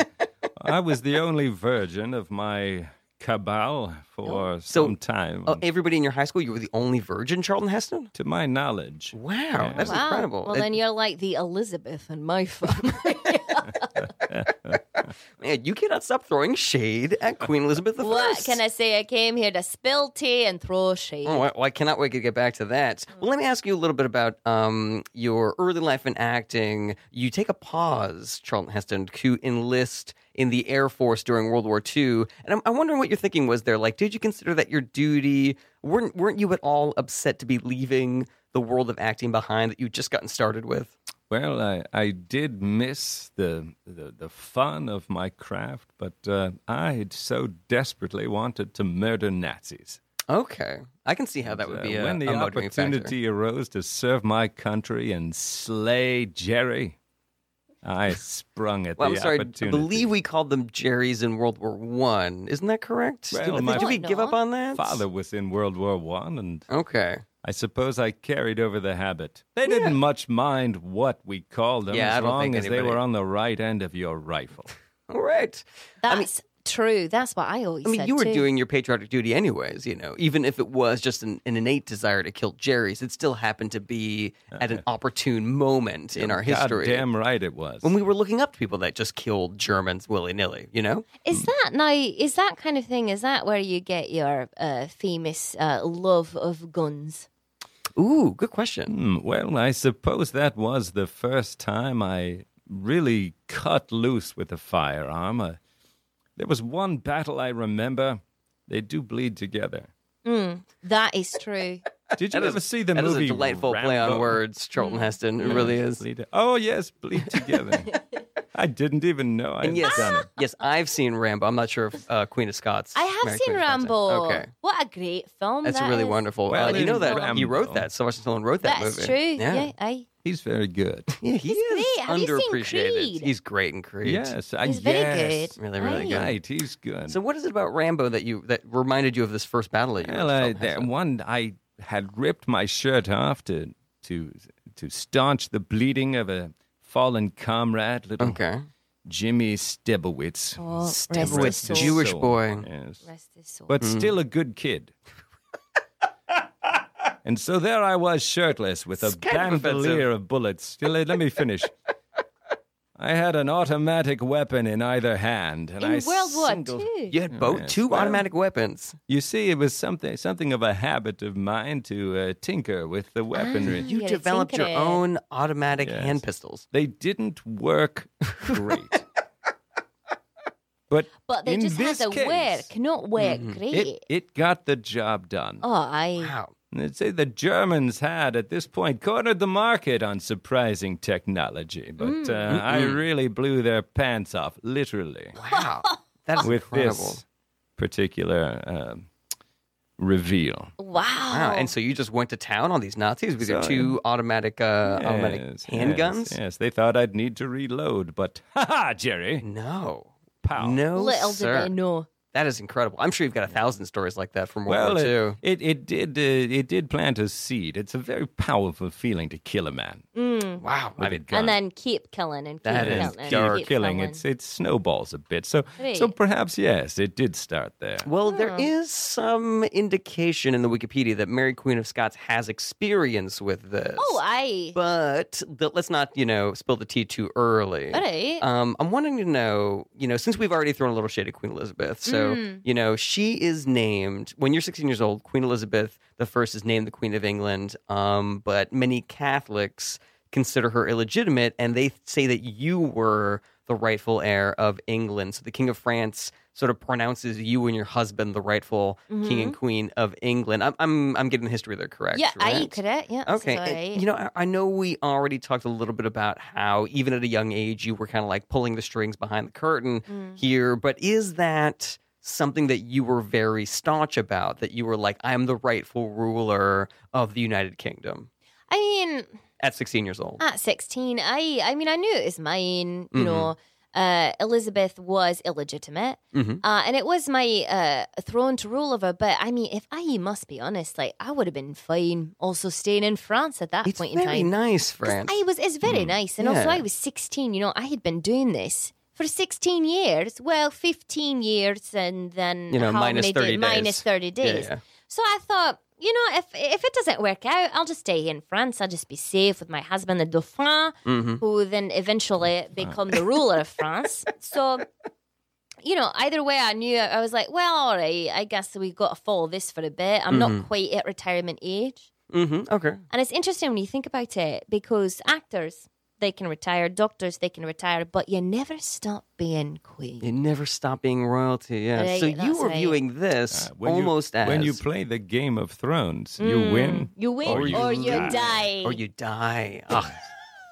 S7: I was the only virgin of my cabal for
S2: So-
S7: some time.
S2: Oh, everybody in your high school, you were the only virgin, Charlton Heston.
S7: to my knowledge,
S2: Wow, that's
S5: Wow.
S2: incredible.
S5: Well,
S2: It-
S5: then you're like the Elizabeth in my family.
S2: man, you cannot stop throwing shade at Queen Elizabeth I.
S5: what can I say? I came here to spill tea and throw shade.
S2: Oh, I, well, I cannot wait to get back to that. Well, let me ask you a little bit about um, your early life in acting. You take a pause, Charlton Heston, to enlist in the Air Force during World War II, and I'm, I'm wondering what your thinking was there. Like, did you consider that your duty? weren't weren't you at all upset to be leaving the world of acting behind that you'd just gotten started with?
S7: well, I, I did miss the, the the fun of my craft, but uh, I had so desperately wanted to murder Nazis.
S2: Okay, I can see how that would
S7: Uh,
S2: be a,
S7: when the
S2: a motivating factor.
S7: opportunity arose to serve my country and slay Jerry, I sprung at
S2: Well,
S7: the
S2: I'm sorry. I
S7: opportunity.
S2: believe we called them Jerry's in World War One. Isn't that correct?
S7: Well,
S2: did,
S7: my-
S2: did we
S5: No,
S2: give
S5: no.
S2: up on that?
S7: father was in World War One, and
S2: Okay.
S7: I suppose I carried over the habit. They didn't much mind what we called them
S2: Yeah, I
S7: as
S2: don't
S7: long
S2: think
S7: as they
S2: anybody-
S7: were on the right end of your rifle.
S2: All right.
S5: That's
S2: I mean-
S5: true. That's what I always
S2: I mean,
S5: said
S2: you were
S5: too.
S2: doing your patriotic duty anyways, you know, even if it was just an, an innate desire to kill Jerry's, it still happened to be at
S7: Uh,
S2: an opportune moment in our history.
S7: God damn right it was.
S2: When we were looking up to people that just killed Germans willy nilly, you know?
S5: Is that now? Is that kind of thing? Is that where you get your uh, famous uh, love of guns?
S2: Ooh, good question.
S7: Hmm, well, I suppose that was the first time I really cut loose with a firearm. Uh, there was one battle I remember. They do bleed together.
S5: That is true.
S7: Did you
S2: That is-
S7: ever see the
S2: that is
S7: movie?
S2: a delightful play on
S7: Rambo?
S2: words,
S5: Mm.
S2: Charlton Heston. It really is.
S7: Bleed- Oh yes, bleed together. I didn't even know I'd
S2: And yes,
S7: done it.
S2: yes, I've seen Rambo. I'm not sure if uh, Queen of Scots.
S5: I have
S2: Mary
S5: seen
S2: Queen of Scots-
S5: Rambo.
S2: Okay.
S5: What a great film!
S2: That's
S5: that
S2: really
S5: is.
S2: wonderful.
S7: Well,
S2: uh, you
S7: in
S2: know that you
S7: Rambo-
S2: wrote that. Sylvester Stallone wrote that
S5: That's
S2: movie.
S5: true. Yeah, aye.
S7: He's very good.
S2: Yeah, he
S5: He's
S2: is
S5: great. Have you seen
S2: underappreciated.
S5: Creed?
S2: He's great in Creed.
S7: Yes, I,
S5: He's very
S7: yes.
S5: good.
S2: Uh, Really, really
S5: Right.
S7: Right, he's good.
S2: So what is it about Rambo that you that reminded you of this first battle that you
S7: Well,
S2: were
S7: I,
S2: in?
S7: that one I had ripped my shirt off to to to staunch the bleeding of a fallen comrade, little
S2: Okay.
S7: Jimmy Stebowitz.
S5: Oh, rest his
S7: Stebowitz,
S5: soul.
S2: Jewish boy. Mm.
S7: Yes,
S5: Rest his soul.
S7: but still a good kid. and so there I was, shirtless, with a
S2: It's kind of
S7: bandolier of, bullets. Still, let let me finish. I had an automatic weapon in either hand, and
S5: in
S7: I
S5: World
S7: singled-
S5: War Two.
S2: You had both
S7: Oh, Yes,
S2: two
S7: well-
S2: automatic weapons.
S7: You see, it was something something of a habit of mine to uh, tinker with the weaponry.
S5: You
S2: You
S5: had a
S2: developed your
S5: tinkerer.
S2: own automatic
S7: Yes.
S2: hand pistols.
S7: They didn't work great. but
S5: But they
S7: in
S5: just had
S7: this
S5: to
S7: case,
S5: work, not work
S2: Mm-hmm.
S5: great.
S7: it, it got the job done.
S5: Eh. oh, I.
S2: Wow.
S7: I'd say the Germans had, at this point, cornered the market on surprising technology, but uh, I really blew their pants off, literally,
S2: Wow. That's
S7: with
S2: incredible.
S7: this particular um, reveal.
S5: Wow.
S2: Wow. And
S5: Oh.
S2: so you just went to town on these Nazis with your
S7: So-
S2: two automatic uh, automatic
S7: Yes,
S2: handguns?
S7: Yes, yes, they thought I'd need to reload, but ha ha, Jerry,
S2: No.
S7: pow.
S2: No.
S5: Little
S2: sir.
S5: did they know.
S2: That is incredible. I'm sure you've got a thousand stories like that from World
S7: Well,
S2: War
S7: it,
S2: II.
S7: it it did uh, it did plant a seed. It's a very powerful feeling to kill a man
S2: Wow. I
S7: with a
S2: mean,
S7: gun.
S5: Mm. And then keep killing and keep
S2: That
S5: killing.
S2: is
S5: and
S7: or
S5: keep
S7: killing it's it snowballs a bit. So so
S5: Right.
S7: perhaps yes, it did start there. Uh,
S2: well, there is some indication in the Wikipedia that Mary Queen of Scots has experience with this.
S5: Oh, I.
S2: but the, let's not, you know, spill the tea too early.
S5: all right.
S2: Um, I'm wanting to know, you know, since we've already thrown a little shade at Queen Elizabeth, so
S5: Mm.
S2: you know, she is named when you're 16 years old. Queen Elizabeth the First is named the Queen of England, um, but many Catholics consider her illegitimate, and they say that you were the rightful heir of England. So the King of France sort of pronounces you and your husband the rightful King and Queen of England. I'm I'm, I'm getting the history there correct.
S5: Mm-hmm. yeah, I
S2: right?
S5: could it. Yeah. this is
S2: Okay.
S5: all
S2: and,
S5: right.
S2: you know, I, I know we already talked a little bit about how even at a young age you were kind of like pulling the strings behind the curtain
S5: Mm.
S2: here, but is that something that you were very staunch about that you were like I'm the rightful ruler of the United Kingdom
S5: I mean,
S2: at 16 years old?
S5: at 16, I. I mean, I knew it was mine.
S2: Mm-hmm.
S5: You know, uh, Elizabeth was illegitimate,
S2: Mhm.
S5: uh, and it was my uh, throne to rule over. But I mean, if I must be honest, like I would have been fine also staying in France at that
S2: It's
S5: point in
S2: very
S5: time.
S2: nice,
S5: 'Cause
S2: France. Mm.
S5: I was. It's very nice, and also
S2: Yeah.
S5: I was 16. You know, I had been doing this for 16 years. Well, 15 years, and then
S2: You know,
S5: how
S2: minus
S5: many
S2: 30 days.
S5: minus 30
S2: Yeah,
S5: days.
S2: yeah.
S5: So I thought, you know, if if it doesn't work out, I'll just stay here in France. I'll just be safe with my husband, the Dauphin,
S2: Mm-hmm.
S5: who then eventually become the ruler of France. So. You know, either way, I knew I was like, well, all right, I guess we got to follow this for a bit. I'm
S2: Mm-hmm.
S5: not quite at retirement age.
S2: Mhm. Okay.
S5: And it's interesting when you think about it because actors, they can retire, doctors, they can retire, but you never stop being queen.
S2: You never stop being royalty. Yeah.
S5: Right,
S2: so you
S5: that's
S2: were
S5: right.
S2: viewing this
S7: Uh, when you-
S2: almost as
S7: when you play the Game of Thrones, you win.
S5: Mm, You win
S7: Or
S5: or
S7: you
S5: you,
S7: die.
S5: die.
S2: or you die. Ugh.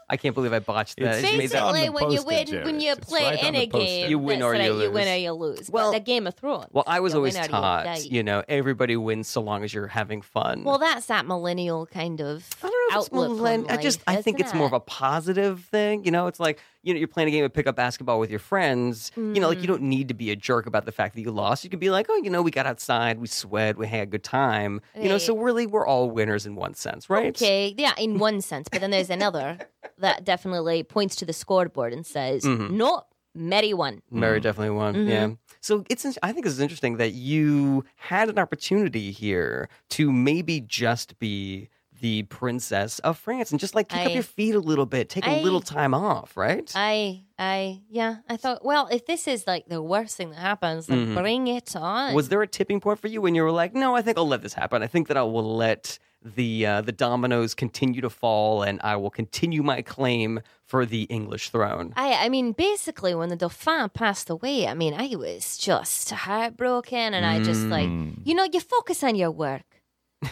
S2: I can't believe I botched that.
S7: It's
S2: It made that-
S7: on
S5: Basically,
S7: the
S5: when you
S7: poster,
S5: win,
S7: Jerry.
S5: when you
S7: It's
S5: play
S7: right on the
S5: any
S7: poster.
S5: game,
S2: You win
S5: that's
S2: or you
S5: right, You win or
S2: lose.
S5: you lose.
S2: Well-
S5: Well, the Game of Thrones.
S2: Well, I was
S5: you
S2: always
S5: win or you die.
S2: taught, you know, everybody wins so long as you're having fun.
S5: Well, that's that millennial kind of
S2: I don't know if it's
S5: outlook.
S2: millenn-
S5: on
S2: I just
S5: life,
S2: I think
S5: isn't
S2: it's more of
S5: it?
S2: a positive thing. You know, it's like you know you're playing a game of pickup basketball with your friends. You know,
S5: Mm.
S2: like you don't need to be a jerk about the fact that you lost. You can be like, oh, you know, we got outside, we sweat, we had a good time. You know, so really we're all winners in one sense, right?
S5: Okay, yeah, in one sense, but then there's another that definitely points to the scoreboard and says,
S2: Mm-hmm.
S5: "Not merry one."
S2: Mary definitely won.
S5: Mm-hmm.
S2: Yeah. So it's in- I think it's interesting that you had an opportunity here to maybe just be the princess of France and just like kick up
S5: I-
S2: your feet a little bit, take a
S5: I-
S2: little time off, right?
S5: I, I, yeah, I thought, well, if this is like the worst thing that happens, then bring it on.
S2: Mm-hmm. Was there a tipping point for you when you were like, "No, I think I'll let this happen. I think that I will let the uh, the dominoes continue to fall, and I will continue my claim for the English throne."
S5: I, I mean, basically, when the Dauphin passed away, I mean, I was just heartbroken, and I just like,
S2: Mm.
S5: you know, you focus on your work.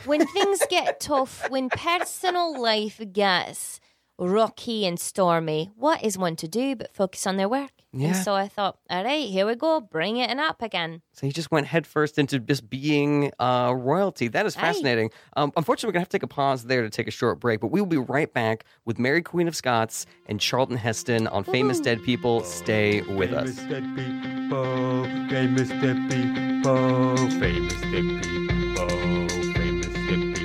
S5: When things get tough, when personal life gets rocky and stormy. What is one to do but focus on their work? And
S2: Yeah.
S5: so I thought, all right, here we go, bring it and up again.
S2: So he just went headfirst into just being uh, royalty. That is
S5: Aye.
S2: fascinating. Um, unfortunately, we're going to have to take a pause there to take a short break, but we will be right back with Mary Queen of Scots and Charlton Heston on Famous Dead People. Stay with
S3: famous
S2: us.
S3: dead people, famous dead people, famous dead people, famous dead people.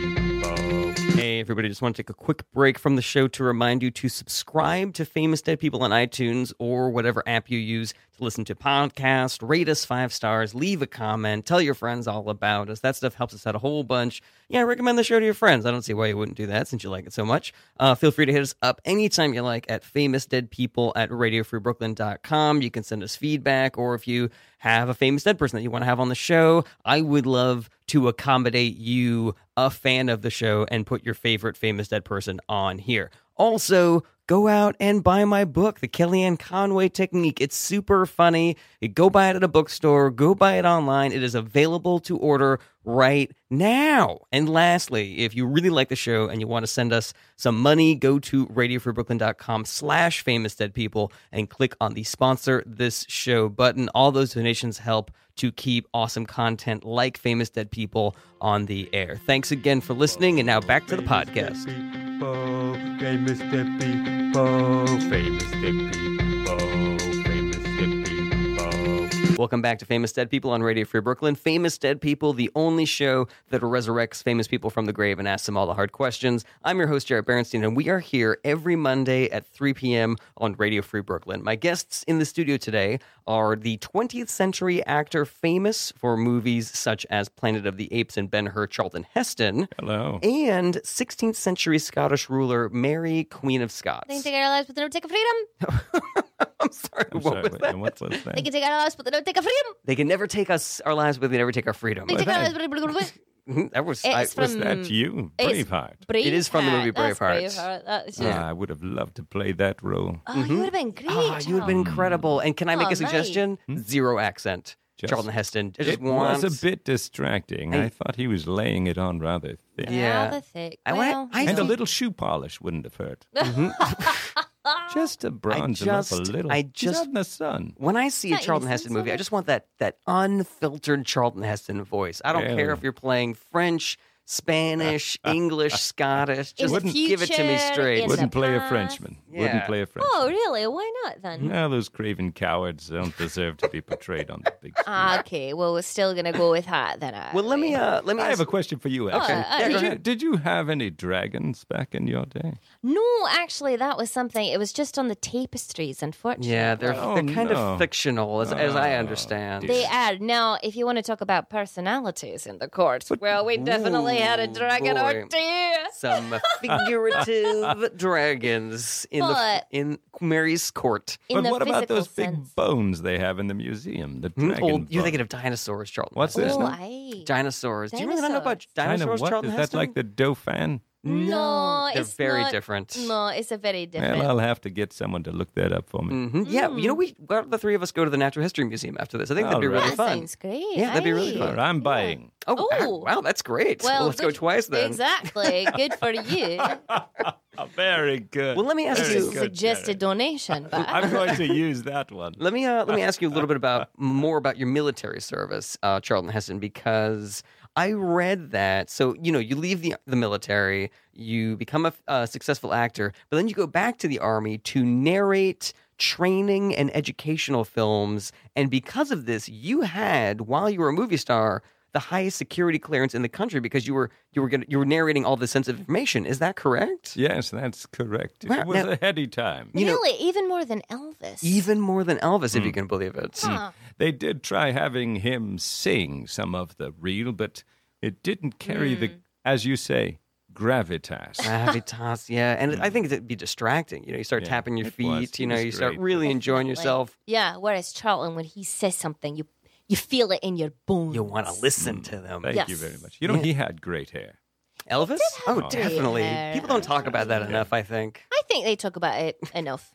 S2: Hey, everybody, just want to take a quick break from the show to remind you to subscribe to Famous Dead People on iTunes or whatever app you use to listen to podcasts, rate us five stars, leave a comment, tell your friends all about us. That stuff helps us out a whole bunch. Yeah, recommend the show to your friends. I don't see why you wouldn't do that since you like it so much. Uh, feel free to hit us up anytime you like at famousdeadpeople at radiofreebrooklyn.com. You can send us feedback or if you have a famous dead person that you want to have on the show, I would love to accommodate you, a fan of the show, and put your favorite famous dead person on here. Also, go out and buy my book, The Kellyanne Conway Technique. It's super funny. Go buy it at a bookstore, go buy it online. It is available to order right now. And lastly, if you really like the show and you want to send us some money, go to radiofreebrooklyn.com slash famous dead people and click on the sponsor this show button. All those donations help to keep awesome content like famous dead people on the air. Thanks again for listening. And now back to the podcast.
S3: People, famous dead people, famous dead people, famous dead people.
S2: Welcome back to Famous Dead People on Radio Free Brooklyn. Famous Dead People, the only show that resurrects famous people from the grave and asks them all the hard questions. I'm your host, Jared Berenstein, and we are here every Monday at 3 p.m. on Radio Free Brooklyn. My guests in the studio today are the 20th century actor famous for movies such as Planet of the Apes and Ben Hur, Charlton Heston,
S7: Hello.
S2: and 16th century Scottish ruler Mary, Queen of Scots.
S5: They can take our lives, but they don't take our freedom.
S2: I'm sorry,
S7: I'm
S2: what
S7: sorry,
S2: was
S7: wait,
S2: that?
S7: what's that
S5: They
S7: thing?
S5: can take our lives, but they don't take our freedom.
S2: They can never take us our lives, but they never take our freedom.
S5: They take our lives, but they don't
S2: that was, I,
S5: It's from
S7: Was that you?
S5: it's-
S7: Braveheart.
S5: Braveheart.
S2: It is from the movie
S5: That's
S2: Braveheart.
S5: Braveheart. That's just,
S7: Ah, I would have loved to play that role.
S5: Oh, you would have been great.
S2: Ah, you would have been
S5: Charles.
S2: incredible. And can I make
S5: Oh,
S2: a
S5: mate.
S2: suggestion? Zero accent.
S7: Hmm? Just-
S2: Charlton Heston. I Just
S7: it
S2: wants.
S7: was a bit distracting. I thought he was laying it on rather thick.
S2: Yeah.
S5: Rather thick.
S2: I wanna-
S5: well,
S2: I
S5: you
S7: And a
S5: know.
S7: little shoe polish wouldn't have hurt. Mm-hmm. just to bronze him up
S2: just-
S7: a little.
S2: I
S7: He's
S2: just-
S7: out in the sun.
S2: When I see a
S5: Not even
S2: Charlton
S5: some
S2: Heston
S5: sort
S2: movie, I
S5: of-
S2: just want that that unfiltered Charlton Heston voice. I don't care
S7: Really?
S2: if you're playing French, Spanish, English, Scottish.
S5: In
S2: Just
S5: the
S2: give it to me
S5: future,
S2: straight.
S5: in
S7: Wouldn't
S5: the
S7: play a
S5: past.
S7: Frenchman.
S2: Yeah.
S7: Wouldn't play a Frenchman.
S5: Oh, really? Why not
S2: Mm.
S5: then?
S7: No, those craven cowards don't deserve to be portrayed on the big screen.
S5: Ah, okay, well, we're still going to go with that then. Are
S2: Well, let me uh, let me.
S7: I
S2: ask-
S7: have a question for you,
S5: Okay.
S7: actually.
S2: yeah,
S5: uh,
S2: go
S7: did, you,
S2: ahead.
S7: did you have any dragons back in your day?
S5: No, actually, that was something. It was just on the tapestries, unfortunately.
S2: Yeah, they're
S7: Oh,
S2: they're kind
S7: no.
S2: of fictional, as, as I
S7: Oh,
S2: understand.
S5: They are. Now, if you want to talk about personalities in the court, well, we definitely had a
S2: Ooh,
S5: dragon
S2: boy.
S5: or two.
S2: Some figurative dragons in
S5: But-
S2: the in Mary's court.
S5: In
S7: but
S5: the
S7: what about
S5: physical
S7: those
S5: sense.
S7: big bones they have in the museum? The
S2: Hmm?
S7: dragon.
S2: Oh, you're
S7: bone.
S2: thinking of dinosaurs, Charlton.
S7: What's
S2: Heston.
S7: this?
S5: Oh,
S7: no?
S5: aye.
S2: Dinosaurs. Do you really not know about
S7: Kind of
S2: dinosaurs,
S7: what?
S2: Charlton
S7: Is that
S2: Heston?
S7: like the Mm. Dauphin?
S5: No,
S2: they're
S5: it's
S2: very
S5: not-
S2: different.
S5: No, it's a very different.
S7: Well, I'll have to get someone to look that up for me.
S2: Mhm. Yeah, you
S5: Mm.
S2: know, we why don't the three of us go to the Natural History Museum after this? I think that'd be
S7: All
S2: really
S5: that
S2: fun.
S5: sounds great.
S2: Yeah, that'd be really
S5: aye.
S2: fun.
S7: Or I'm buying.
S2: Oh, ah,
S5: Ooh.
S2: wow, that's great. Well, let's go
S5: good-
S2: twice then.
S5: Exactly. Good for you.
S7: Oh, very good.
S2: Well, let me ask
S7: Very
S2: you-
S7: good,
S5: Suggest a
S7: Jared.
S5: donation. But
S7: I'm going to use that one.
S2: Let me uh, let me ask you a little bit about more about your military service, uh, Charlton Heston, because I read that. So you know, you leave the the military, you become a, f- a successful actor, but then you go back to the army to narrate training and educational films, and because of this, you had while you were a movie star the highest security clearance in the country because you were you were gonna, you were narrating all this sensitive information. Is that correct?
S7: Yes, that's correct.
S2: Wow,
S7: It was
S2: now-
S7: a heady time.
S2: you know-
S5: really, even more than Elvis.
S2: Even more than Elvis, if you can believe it.
S5: Huh.
S7: They did try having him sing some of the reel, but it didn't carry
S5: Hmm.
S7: the, as you say, gravitas.
S2: Gravitas, yeah, and I think it'd be distracting. You know, you start
S7: Hmm. Yeah,
S2: tapping your
S7: it was.
S2: feet. You
S7: It
S2: know,
S7: was
S2: you start
S7: great,
S2: really enjoying yourself.
S5: Yeah, whereas Charlton, when he says something, you you feel it in your bones.
S2: You want to listen to them,
S7: Hmm. Thank you
S5: Yes.
S7: very much. You know, he had great hair.
S2: Elvis. Oh,
S5: great
S2: definitely.
S5: hair.
S2: People don't talk about that enough. I think
S5: I think they talk about it enough.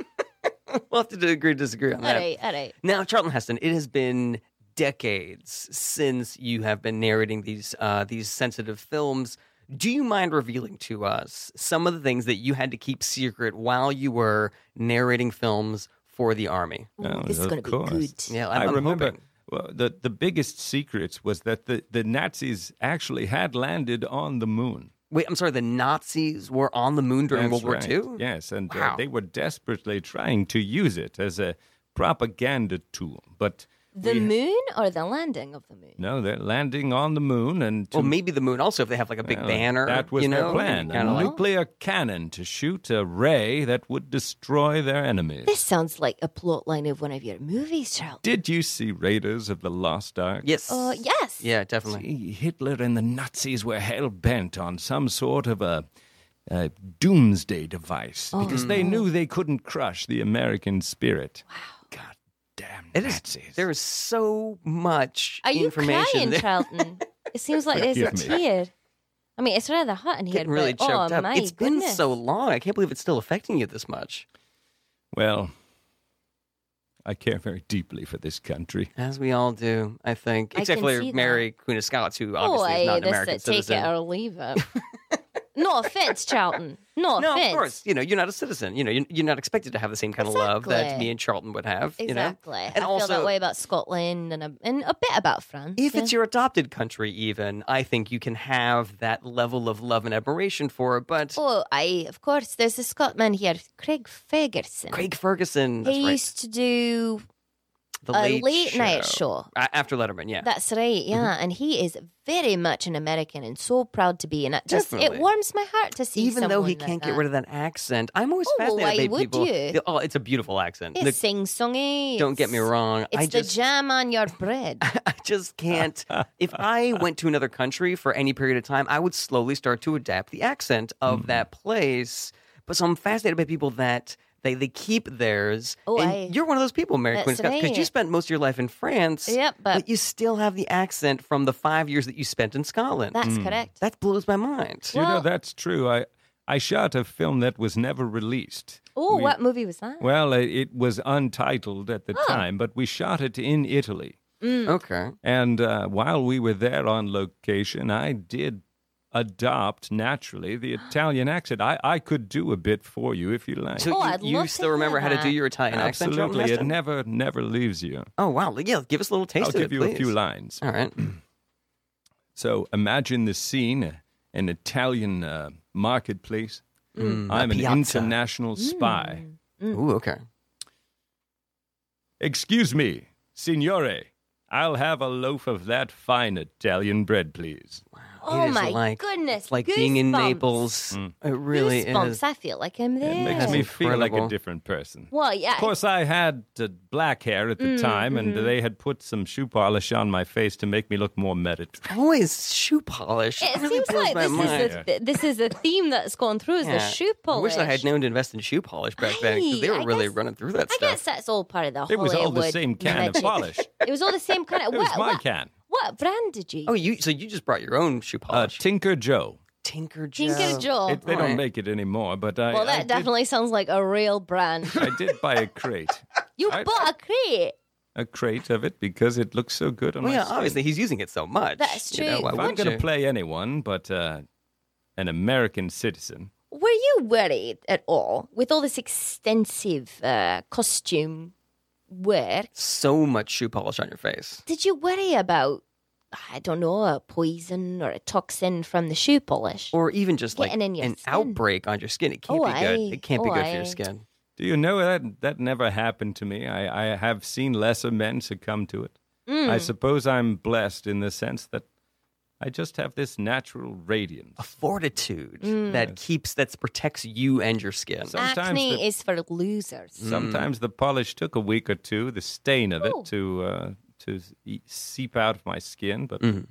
S2: we'll have to agree to disagree on
S5: all
S2: that.
S5: right, all right.
S2: Now, Charlton Heston, it has been decades since you have been narrating these uh, these sensitive films. Do you mind revealing to us some of the things that you had to keep secret while you were narrating films for the army?
S5: Ooh,
S7: Oh,
S5: this is
S7: of
S5: going to be
S7: course.
S5: good.
S2: Yeah, I'm,
S7: I
S2: I'm
S7: remember
S2: hoping.
S7: well, the the biggest secret was that the, the Nazis actually had landed on the moon.
S2: Wait, I'm sorry. The Nazis were on the moon during
S7: That's
S2: World
S7: right.
S2: War II.
S7: Yes, and
S2: Wow.
S7: uh, they were desperately trying to use it as a propaganda tool. But
S5: The
S7: we-
S5: moon or the landing of the moon?
S7: no, they're landing on the moon and to,
S2: Well, maybe the moon also if they have like a big
S7: well,
S2: banner.
S7: That was
S2: you know,
S7: their plan: a
S2: kinda like-
S7: nuclear cannon to shoot a ray that would destroy their enemies.
S5: This sounds like a plot line of one of your movies, Charles.
S7: Did you see Raiders of the Lost Ark?
S2: Yes.
S5: Uh, yes.
S2: Yeah, definitely.
S7: See, Hitler and the Nazis were hell bent on some sort of a, a doomsday device
S2: Oh,
S7: because they knew they couldn't crush the American spirit. Wow. God damn
S2: It is-
S7: Nazis.
S2: There is so much
S5: Are you
S2: information
S5: crying,
S2: there.
S5: Charlton? It seems like there's a
S7: Forgive me.
S5: tear. I mean, it's rather hot in here.
S2: Getting really
S5: but,
S2: choked
S5: oh,
S2: up.
S5: My
S2: It's been
S5: goodness.
S2: so long. I can't believe it's still affecting you this much.
S7: well, I care very deeply for this country.
S2: As we all do, I think.
S5: I
S2: Except
S5: can
S2: for
S5: see that.
S2: Mary, Queen of Scots, who
S5: Oh,
S2: obviously is not an
S5: this
S2: American
S5: is take
S2: citizen.
S5: it or leave it. no offense, Charlton. No,
S2: no,
S5: offense.
S2: of course. You know, you're not a citizen. You know, you're, you're not expected to have the same kind of love that
S5: Exactly.
S2: me and Charlton would have. You know,
S5: Exactly. I
S2: And
S5: feel
S2: also-
S5: that way about Scotland and a, and a bit about France.
S2: if
S5: yeah.
S2: it's your adopted country, even I think you can have that level of love and admiration for it. But
S5: Oh, aye, of course. There's a Scotsman here, Craig Ferguson.
S2: Craig Ferguson, that's
S5: he
S2: right,
S5: used to do
S2: the
S5: a late, night show.
S2: A- after Letterman. Yeah,
S5: That's right,
S2: Mm-hmm.
S5: yeah. And he is very much an American and so proud to be. And it just
S2: Definitely.
S5: it warms my heart to see
S2: even though he
S5: someone like
S2: can't
S5: that.
S2: get rid of that accent, I'm always
S5: Oh, well,
S2: fascinated
S5: why
S2: by
S5: would
S2: people.
S5: you?
S2: the- Oh, it's a beautiful accent.
S5: It's
S2: Look,
S5: sing-songy.
S2: don't get me
S5: it's-
S2: wrong.
S5: It's
S2: I
S5: the
S2: just,
S5: jam on your bread.
S2: I just can't. if I went to another country for any period of time, I would slowly start to adapt the accent
S5: Mm-hmm.
S2: of that place. But so I'm fascinated by people that they, they keep theirs.
S5: Oh,
S2: and
S5: aye.
S2: you're one of those people, Mary
S5: That's
S2: Queen Scott, because you
S5: right.
S2: spent most of your life in France.
S5: Yep, but-
S2: you still have the accent from the five years that you spent in Scotland.
S5: That's correct.
S2: that blows my mind.
S7: you know,
S5: Well-
S7: that's true. I, I shot a film that was never released.
S5: Oh,
S7: We-
S5: what movie was that?
S7: Well, it- it was untitled at the time, but we shot it in Italy.
S5: Mm.
S2: Okay.
S7: And uh, while we were there on location, I did adopt naturally the Italian accent. I, I could do a bit for you if you like.
S2: So
S5: Oh,
S2: you,
S5: I'd
S2: you
S5: love to
S2: still
S5: hear
S2: remember how to do
S5: that.
S2: your Italian accent? Charlton
S7: Absolutely, it
S2: Heston?
S7: never never leaves you.
S2: Oh wow! Yeah, give us a little taste
S7: I'll
S2: of it,
S7: give you a few
S2: please.
S7: lines.
S2: All right.
S7: So imagine the scene: uh, an Italian uh, marketplace.
S5: Mm.
S7: I'm
S2: a
S7: an
S2: piazza.
S7: international spy.
S2: Hmm. Ooh, okay.
S7: Excuse me, signore. I'll have a loaf of that fine Italian bread, please.
S5: Oh
S2: It is
S5: my
S2: like,
S5: goodness,
S2: It's like being in
S5: goosebumps.
S2: Naples.
S7: Mm.
S2: It really
S5: Goosebumps.
S2: is.
S5: I feel like I'm there.
S7: It makes me feel like a
S2: incredible.
S7: different person.
S5: Well, yeah.
S7: Of course, I had uh, black hair at the
S5: Mm,
S7: time, and
S5: mm-hmm.
S7: they had put some shoe polish on my face to make me look more Mediterranean.
S2: Always shoe polish.
S5: It
S2: really
S5: seems
S2: blows
S5: like
S2: my
S5: this
S2: mind.
S5: is, a, th- this is a theme that's gone through is the
S2: Yeah.
S5: shoe
S2: I
S5: polish.
S2: wish I had known to invest in shoe polish back then because they
S5: Aye,
S2: were
S5: I
S2: really
S5: guess-
S2: running through that
S5: I
S2: stuff.
S5: guess that's all part of the
S7: It was all the
S5: Hollywood
S7: same can of
S5: magic.
S7: polish.
S5: It was all the same kind of.
S7: It
S5: what,
S7: was my
S5: what,
S7: can.
S5: What brand did you?
S2: Oh, you so you just brought your own shoe
S7: Uh,
S2: polish?
S7: Tinker Joe.
S2: Tinker Joe.
S5: Tinker Joe.
S7: It, they
S2: Alright.
S7: don't make it anymore, but I,
S5: Oh, well,
S7: I
S5: that
S7: did,
S5: definitely sounds like a real brand.
S7: I did buy a crate,
S5: You
S7: I-
S5: bought a crate.
S7: a crate of it because it looks so good on
S2: Well,
S7: my
S2: yeah,
S7: skin.
S2: obviously he's using it so much.
S5: That's
S2: You know,
S5: true.
S2: why
S7: If I'm
S2: wouldn't
S7: going
S2: you?
S7: to play anyone, but uh, an American citizen.
S5: Were you worried at all with all this extensive uh, costume work?
S2: so much shoe polish on your face.
S5: Did you worry about, I don't know, a poison or a toxin from the shoe polish?
S2: Or even just like
S5: Getting in your
S2: an
S5: skin.
S2: outbreak on your skin. It can't
S5: Oh,
S2: be good.
S5: aye.
S2: It can't be
S5: Oh,
S2: good for your
S5: aye.
S2: skin.
S7: Do you know that that never happened to me? I, I have seen lesser men succumb to it. I
S2: Mm.
S7: suppose I'm blessed in the sense that I just have this natural radiance.
S2: A fortitude
S5: Mm.
S2: that keeps that protects you and your skin.
S7: So- sometimes
S5: Acne
S7: the-
S5: is for
S2: mm.
S5: losers.
S7: Sometimes the polish took a week or two, the stain of it
S5: Oh.
S7: to uh, to e- seep out of my skin, but
S2: Mm.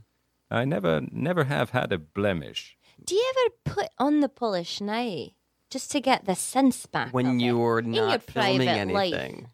S7: I never never have had a blemish.
S5: Do you ever put on the polish now just to get the sense back?
S2: when
S5: of it?
S2: you're
S5: in your
S2: not filming
S5: private life.
S2: anything.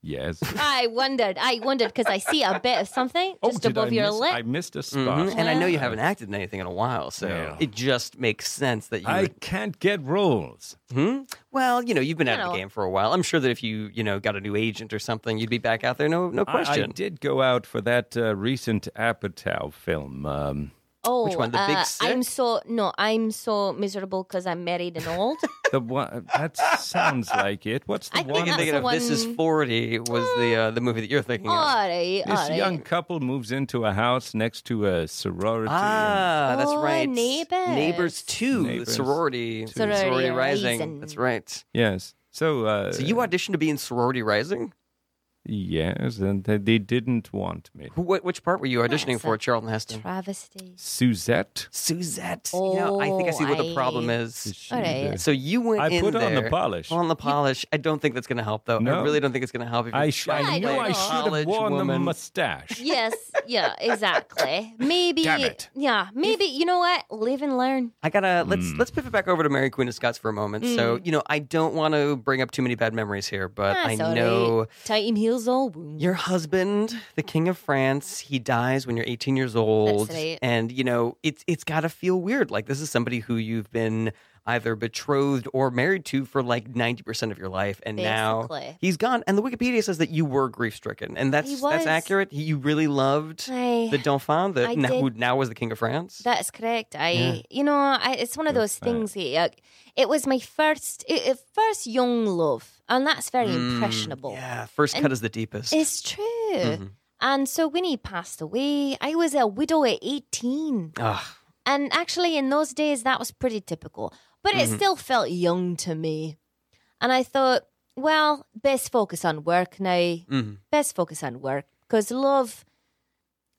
S7: Yes.
S5: I wondered. I wondered because I see a bit of something
S7: Oh,
S5: just
S7: did
S5: above
S7: I
S5: your
S7: miss-
S5: lip.
S7: I missed a spot.
S2: Mhm. And I know you haven't acted in anything in a while, so
S7: Mm-hmm. Yeah.
S2: it just makes sense that you.
S7: I
S2: would-
S7: can't get roles.
S2: Hmm? Well, you know, you've been out of the
S5: know.
S2: game for a while. I'm sure that if you, you know, got a new agent or something, you'd be back out there. No, no
S7: I- I,
S2: question.
S7: did go out for that uh, recent Apatow film. Um,
S5: Oh,
S2: Which one? The big
S5: uh, I'm
S2: six?
S5: so no, I'm so miserable because I'm married and old.
S7: The one that sounds like it. What's the
S5: I think
S7: one?
S2: You're
S5: that's
S2: thinking
S5: the
S2: of This Is
S5: one-
S2: 40 was the uh, the movie that you're thinking
S5: all
S2: of.
S5: right, all
S7: This
S5: right.
S7: young couple moves into a house next to a sorority. and-
S2: Ah, that's
S5: Oh,
S2: right.
S5: Neighbors.
S2: Neighbors 2,
S7: Neighbors
S2: sorority.
S5: Sorority
S2: Rising.
S5: Rising.
S2: That's right.
S7: yes. So, uh,
S2: So you auditioned to be in Sorority Rising?
S7: yes, and they, they didn't want me.
S2: Who, wh- which part were you auditioning
S5: That's
S2: for,
S5: a
S2: Charlton Heston?
S5: Travesty.
S7: Suzette.
S2: Suzette. You know, I think I see what the
S5: Oh,
S2: problem
S5: I-
S2: is.
S7: She,
S5: All right.
S7: uh,
S2: So you went
S7: I
S2: in
S7: put on the
S2: there-
S7: polish.
S2: Put On the polish. I don't think that's going to help, though. I
S7: No.
S2: really don't think it's going to help. If
S7: I,
S2: you're
S7: sh-
S2: trying
S5: Yeah,
S7: I
S2: to
S5: you
S7: knew
S2: play a
S5: know.
S7: I should
S2: college
S7: have worn the
S2: woman.
S7: mustache.
S5: Yes, yeah, exactly. Maybe,
S7: Damn it.
S5: yeah, maybe. You know what? Live and learn.
S2: I gotta let's
S7: Hmm.
S2: let's pivot back over to Mary Queen of Scots for a moment. So you know, I don't want to bring up too many bad memories here, but I
S5: That's all
S2: know
S5: right. Tighten heels all wounds.
S2: your husband, the King of France, he dies when you're 18 years old,
S5: right.
S2: and you know it's it's gotta feel weird. Like this is somebody who you've been either betrothed or married to for like 90 percent of your life, and now
S5: Basically.
S2: he's gone. And the Wikipedia says that you were grief stricken, and that's
S5: He
S2: that's
S5: was.
S2: accurate. He, you really loved
S5: I-
S2: the Dauphin, the
S5: I
S2: now,
S5: did.
S2: who now was the King of France.
S5: That's correct. I, you know, I, it's one of those things. That, uh, it was my first, it, it- first young love, and that's very
S2: Mm,
S5: impressionable.
S2: yeah, first cut is the deepest.
S5: It's true. And so when he passed away, I was a widow at eighteen,
S2: Ugh.
S5: and actually in those days that was pretty typical. But
S2: Mm-hmm.
S5: it still felt young to me, and I thought, well, best focus on work now.
S2: Mm.
S5: Best focus on work because love,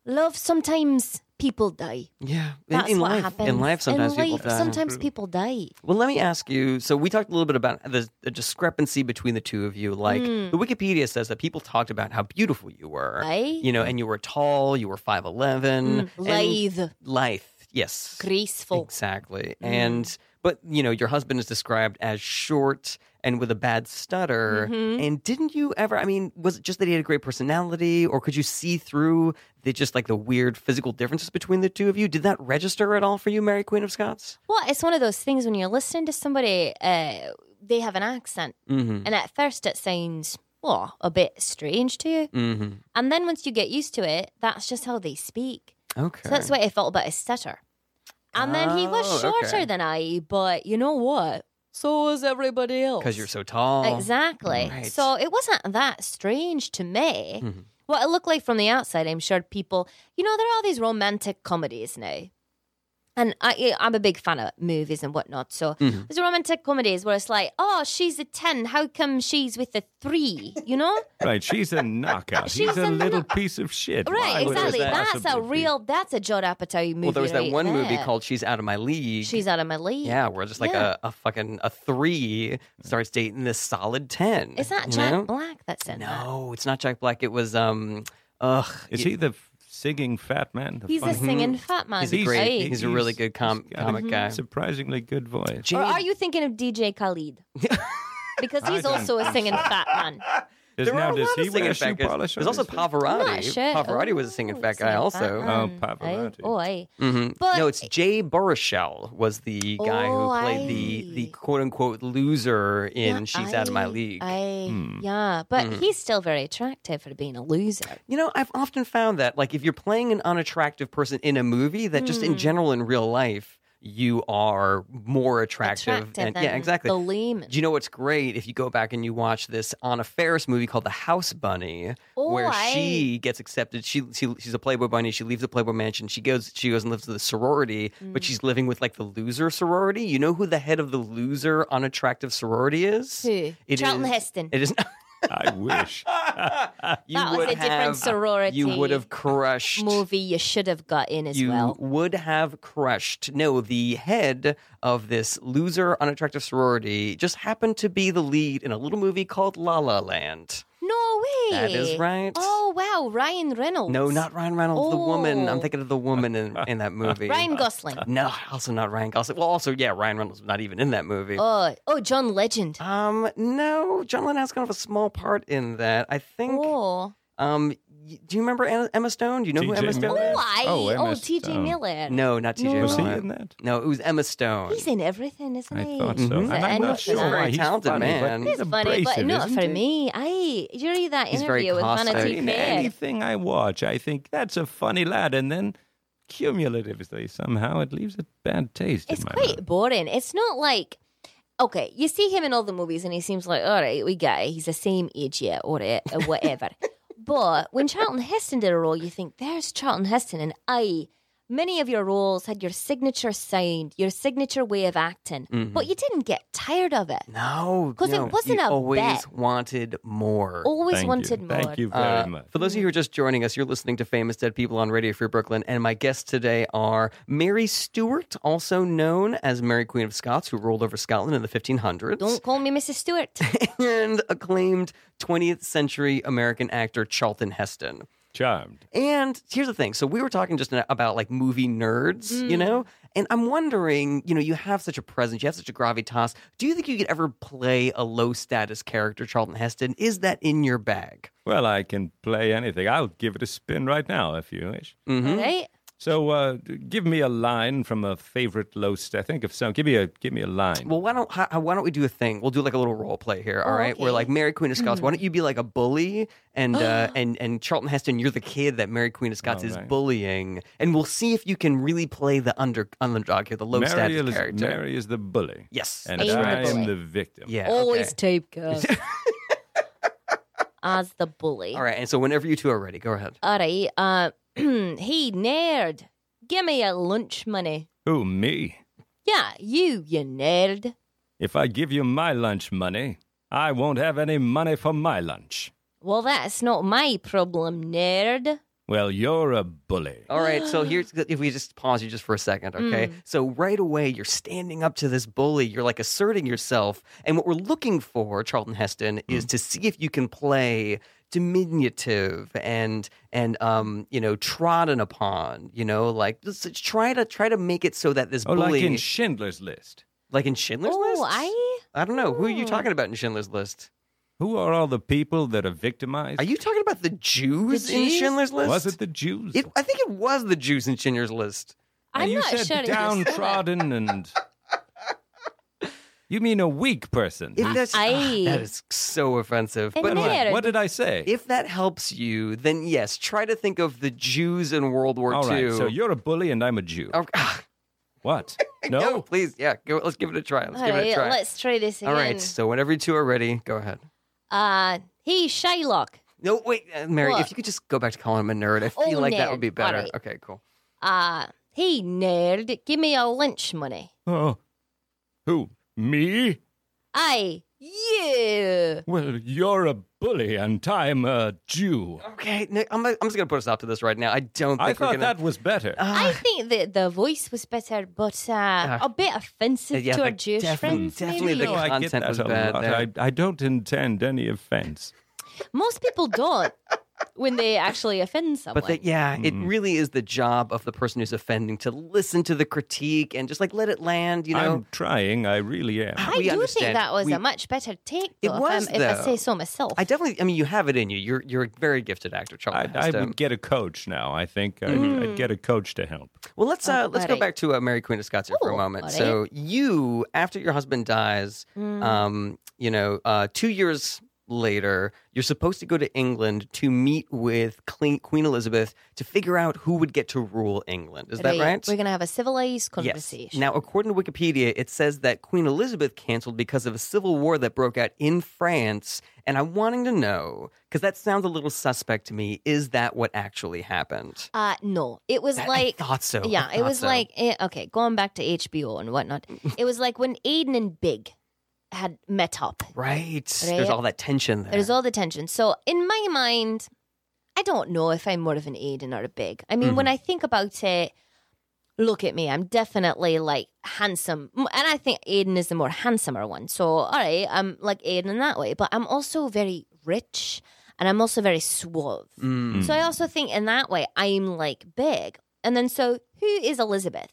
S5: love sometimes people die.
S2: Yeah, in-
S5: That's
S2: in,
S5: what
S2: life,
S5: happens.
S2: in life, sometimes
S5: In
S2: people
S5: life,
S2: die.
S5: sometimes people die.
S2: Well, let me ask you. So we talked a little bit about the, the discrepancy between the two of you. Like the Wikipedia says that people talked about how beautiful you were.
S5: Aye.
S2: You know, and you were tall. You were five eleven.
S5: Hmm. Lithe,
S2: Lithe. Yes.
S5: Mm. graceful.
S2: Exactly. And but you know, your husband is described as short and with a bad stutter. And didn't you ever I mean, was it just that he had a great personality or could you see through the just like the weird physical differences between the two of you? Did that register at all for you, Mary Queen of Scots?
S5: Well, it's one of those things when you're listening to somebody, uh, they have an accent,
S2: Mhm.
S5: and at first it sounds well a bit strange to you,
S2: Mhm.
S5: and then once you get used to it, that's just how they speak.
S2: Okay.
S5: So that's why I felt about his stutter. And then he was
S2: Oh,
S5: shorter
S2: okay.
S5: than I, but you know what? So was everybody else.
S2: because you're so tall.
S5: Exactly.
S2: Right. Mm-hmm.
S5: So it wasn't that strange to me. What it looked like from the outside, I'm sure people, you know, there are all these romantic comedies now. And I, I'm a big fan of movies and whatnot. So
S2: Mm-hmm.
S5: there's romantic comedies where it's like, oh, she's a 10. How come she's with a three? You know?
S7: Right, she's a knockout.
S5: She's
S7: He's a
S5: a
S7: little
S5: knock-
S7: piece of shit.
S5: right,
S7: Why would
S5: exactly.
S7: this
S5: That's a
S7: possibly be?
S5: real, that's a Judd Apatow movie.
S2: Well, there was that
S5: right
S2: one movie
S5: there.
S2: called She's Out of My League.
S5: She's Out of My League.
S2: yeah, where just like
S5: Yeah.
S2: a, a fucking a three starts dating this solid ten.
S5: Is that
S2: you
S5: Jack
S2: know?
S5: Black that's in that?
S2: No, it's not Jack Black. It was um, ugh.
S7: Is
S2: y-
S7: he the f- singing fat man? The
S5: He's a
S7: funny-
S5: singing fat man.
S2: He's a great.
S5: Aye.
S2: He's, a really good com-
S7: he's got a
S2: comic guy.
S7: Mm-hmm. Surprisingly good voice.
S5: Or
S2: Jane-
S5: are you thinking of DJ Khalid? because he's
S7: I don't
S5: also a
S7: think
S5: singing fat man.
S7: Does,
S2: There
S7: now,
S2: are a
S7: does
S2: lot of
S7: he
S2: singing
S7: wear shoe
S2: fat guys.
S7: polish? on
S2: There's also
S7: his-
S5: I'm not
S2: Pavarotti.
S5: sure. Oh,
S2: Pavarotti was a singing
S5: Ooh,
S2: fat guy, also.
S5: man.
S7: Oh, Pavarotti.
S5: Aye. Oh, aye.
S2: Mhm.
S5: But-
S2: no, it's Jay Baruchel was the guy
S5: Oh,
S2: who played the
S5: aye.
S2: the quote unquote loser in
S5: Yeah,
S2: She's Out of My
S5: aye,
S2: League. Mm-hmm.
S5: aye.
S7: Hmm.
S5: Yeah, but he's still very attractive for being a loser.
S2: You know, I've often found that, like, if you're playing an unattractive person in a movie, that just
S5: Hmm.
S2: in general in real life, you are more attractive.
S5: Attractive
S2: and,
S5: than
S2: yeah, exactly.
S5: the layman.
S2: Do you know what's great? If you go back and you watch this Anna Ferris movie called The House Bunny,
S5: Oh,
S2: where
S5: I-
S2: she gets accepted, she, she she's a Playboy bunny. She leaves the Playboy mansion. She goes she goes and lives with a sorority,
S5: Hmm.
S2: but she's living with like the loser sorority. You know who the head of the loser unattractive sorority is?
S5: Who?
S2: It
S5: Charlton
S2: is-
S5: Heston.
S2: It is.
S7: I wish.
S2: you
S5: That was
S2: would
S5: a different
S2: have-
S5: sorority
S2: You would have crushed.
S5: Movie you should have got in as
S2: You
S5: well.
S2: would have crushed. No, the head of this loser, unattractive sorority just happened to be the lead in a little movie called La La Land.
S5: No way.
S2: That is right.
S5: Oh wow, Ryan Reynolds.
S2: No, not Ryan Reynolds, the woman. I'm
S5: Oh.
S2: thinking of the woman in, in that movie.
S5: Ryan Gosling.
S2: No, also not Ryan Gosling. Well, also, yeah, Ryan Reynolds was not even in that movie.
S5: Oh, oh, John Legend.
S2: Um, no, John Lennon has kind of a small part in that. I think.
S5: Oh,
S2: Um, y- do you remember Anna- Emma Stone? Do you know who
S7: T.J.
S2: Emma Stone
S7: Miller?
S5: oh,
S2: is?
S5: I.
S7: Oh,
S5: Oh,
S7: Emma
S5: T.J.
S7: Stone.
S5: Miller.
S2: No, not T.J.
S5: No.
S7: Was he
S2: Miller.
S7: in that?
S2: No, it was Emma Stone.
S5: He's in everything, isn't
S7: I
S5: he?
S7: thought so.
S2: Mhm.
S7: And
S5: Yeah,
S7: I'm
S5: Mm-hmm. and he's
S7: not sure.
S5: very
S7: why he's
S2: talented
S7: funny,
S2: man.
S7: But
S5: It's funny, but
S7: abrasive,
S5: not for
S7: isn't he?
S5: me. I you read that
S2: He's very
S5: interview with
S2: caustic.
S5: Vanity
S2: Very
S7: In
S5: Fair.
S7: anything I watch, I think that's a funny lad, and then cumulatively somehow it leaves a bad taste
S5: It's
S7: in my
S5: quite
S7: mouth.
S5: boring. It's not like okay, you see him in all the movies and he seems like all right, we got it. He's the same age yet or, it, or whatever. but when Charlton Heston did a role, you think there's Charlton Heston and I. Many of your roles had your signature sound, your signature way of acting,
S7: Mm-hmm.
S5: but you didn't get tired of it.
S2: No,
S5: 'Cause it
S2: no,
S5: wasn't
S2: you
S5: a
S2: always
S5: bet. Oh,
S2: wanted more.
S5: Always
S7: Thank
S5: wanted
S7: you.
S5: more.
S7: Thank you very
S2: Uh,
S7: much.
S2: For those of you who are just joining us, you're listening to Famous Dead People on Radio Free Brooklyn, and my guests today are Mary Stewart, also known as Mary Queen of Scots, who ruled over Scotland in the 1500s,
S5: Don't call me Mrs. Stewart.
S2: and acclaimed 20th century American actor Charlton Heston.
S7: Charmed.
S2: And here's the thing. So we were talking just about like movie nerds, you
S7: Mm.
S2: know? And I'm wondering, you know, you have such a presence, you have such a gravitas. Do you think you could ever play a low status character, Charlton Heston? Is that in your bag?
S7: Well, I can play anything. I'll give it a spin right now if you wish.
S5: Right?
S7: So, uh, d- give me a line from a favorite low st- I think of some. Give me a give me a line.
S2: Well, why don't hi- why don't we do a thing? We'll do like a little role play here, all
S5: Oh,
S2: right? We're
S5: okay.
S2: like Mary Queen of
S7: Mm-hmm.
S2: Scots. Why don't you be like a bully and uh, and and Charlton Heston, you're the kid that Mary Queen of Scots
S7: All
S2: is
S7: right.
S2: bullying, and we'll see if you can really play the under underdog here, the low
S7: Mary
S2: status
S7: is,
S2: character.
S7: Mary is the bully.
S2: Yes,
S7: and
S5: that's
S7: I
S5: right.
S7: am
S5: Bully.
S7: the victim.
S2: yeah, okay.
S5: Always typecast as the bully.
S2: All right, and so whenever you two are ready, go ahead.
S5: All right. Uh, he nerd. Give me your lunch money.
S7: Who me?
S5: Yeah, you, you nerd.
S7: If I give you my lunch money, I won't have any money for my lunch.
S5: Well, that's not my problem, nerd.
S7: Well, you're a bully.
S2: All right, so here's if we just pause you just for a second, okay? So right away, you're standing up to this bully. You're like asserting yourself, and what we're looking for, Charlton Heston, is to see if you can play diminutive and and um you know trodden upon. You know, like just try to try to make it so that this
S7: Oh,
S2: bully,
S7: like in Schindler's List.
S2: like in Schindler's List.
S5: Oh, I.
S2: I don't know who are you
S5: Oh.
S2: talking about in Schindler's List.
S7: Who are all the people that are victimized?
S2: Are you talking about the Jews, in
S5: Jews?
S2: Schindler's List?
S7: Was it the Jews?
S2: It- I think it was the Jews in Schindler's List.
S7: And
S5: I'm
S7: you
S5: not
S7: said
S5: sure. if you saw that.
S7: downtrodden and. You mean a weak person?
S2: If
S7: who's-
S2: that's, ah,
S5: Aye.
S2: that is so offensive.
S5: Ah, And
S2: But
S5: there-
S2: like,
S5: Nerd.
S7: what did I say?
S2: if that helps you, then yes, try to think of the Jews in World War
S7: all right,
S2: II.
S7: so you're a bully and I'm a Jew.
S2: Oh, ah,
S7: What?
S2: no?
S7: No?
S2: please, yeah, go, let's give it a try. Let's
S5: All
S2: give it a
S5: right,
S2: try.
S5: let's try this again.
S2: All right, so whenever you two are ready, go ahead.
S5: Uh, hey, Shylock.
S2: No, wait, uh, Mary, if
S5: What?
S2: you could just go back to calling him a nerd, I
S5: Oh,
S2: feel like that would
S5: nerd.
S2: be
S5: All
S2: better.
S5: right.
S2: Okay, cool.
S5: Uh, hey, nerd. Give me your lunch money.
S7: Oh. Who? Me?
S5: I. You.
S7: Well, you're a bully and I'm a Jew.
S2: Okay, Nick, I'm, I'm just going to put a stop to this right now. I don't think
S7: I
S2: we're
S7: thought
S2: gonna, Oh,
S7: that was better.
S2: Ah.
S5: I think that the voice was better, but uh, a bit offensive
S2: yeah,
S5: to our
S2: like
S5: Jewish
S2: defi-
S5: friends.
S2: definitely
S5: maybe.
S2: the
S7: No, I get
S2: content
S7: that
S2: was
S7: a
S2: bad
S7: lot.
S2: there.
S7: I, I don't intend any offense.
S5: Most people don't when they actually offend someone.
S2: But that, yeah, it
S7: Mm.
S2: really is the job of the person who's offending to listen to the critique and just like let it land, you know?
S7: I'm trying. I really am.
S5: I
S2: we
S5: do
S2: understand.
S5: think that was
S2: We-
S5: a much better take.
S2: It
S5: Though, if
S2: was,
S5: I'm- if,
S2: though.
S5: I say so myself.
S2: I definitely. I mean, you have it in you. You're you're a very gifted actor, Charlie.
S7: I, I would get a coach now. I think I'd,
S2: Hmm.
S7: I'd get a coach to help.
S2: well, let's uh, let's go
S5: alright.
S2: back to uh, Mary Queen of Scots here for a
S5: Oh,
S2: moment. So you, after your husband dies, um, you know, uh, two years later, you're supposed to go to England to meet with Queen Queen Elizabeth to figure out who would get to rule England. Is that right?
S5: We're gonna have a
S2: Yes.
S5: civilized conversation.
S2: Now, according to Wikipedia, it says that Queen Elizabeth canceled because of a civil war that broke out in France. And I'm wanting to know, because that sounds a little suspect to me, is that what actually happened?
S5: uh, no, it was
S2: I- I
S5: like
S2: thought so. I
S5: Yeah, it
S2: thought
S5: was
S2: so.
S5: like eh, okay, going back to HBO and whatnot. it was like when Aiden and Big had met up.
S2: Right. There's
S5: Right.
S2: all that tension there.
S5: There's all the tension. So in my mind, I don't know if I'm more of an Aiden or a Big. I mean, when I think about it, look at me. I'm definitely like handsome, M- and I think Aiden is the more handsomer one. So all right, I'm like Aiden in that way, but I'm also very rich, and I'm also very suave.
S2: Mm.
S5: So I also think in that way, I'm like Big. And then so who is Elizabeth?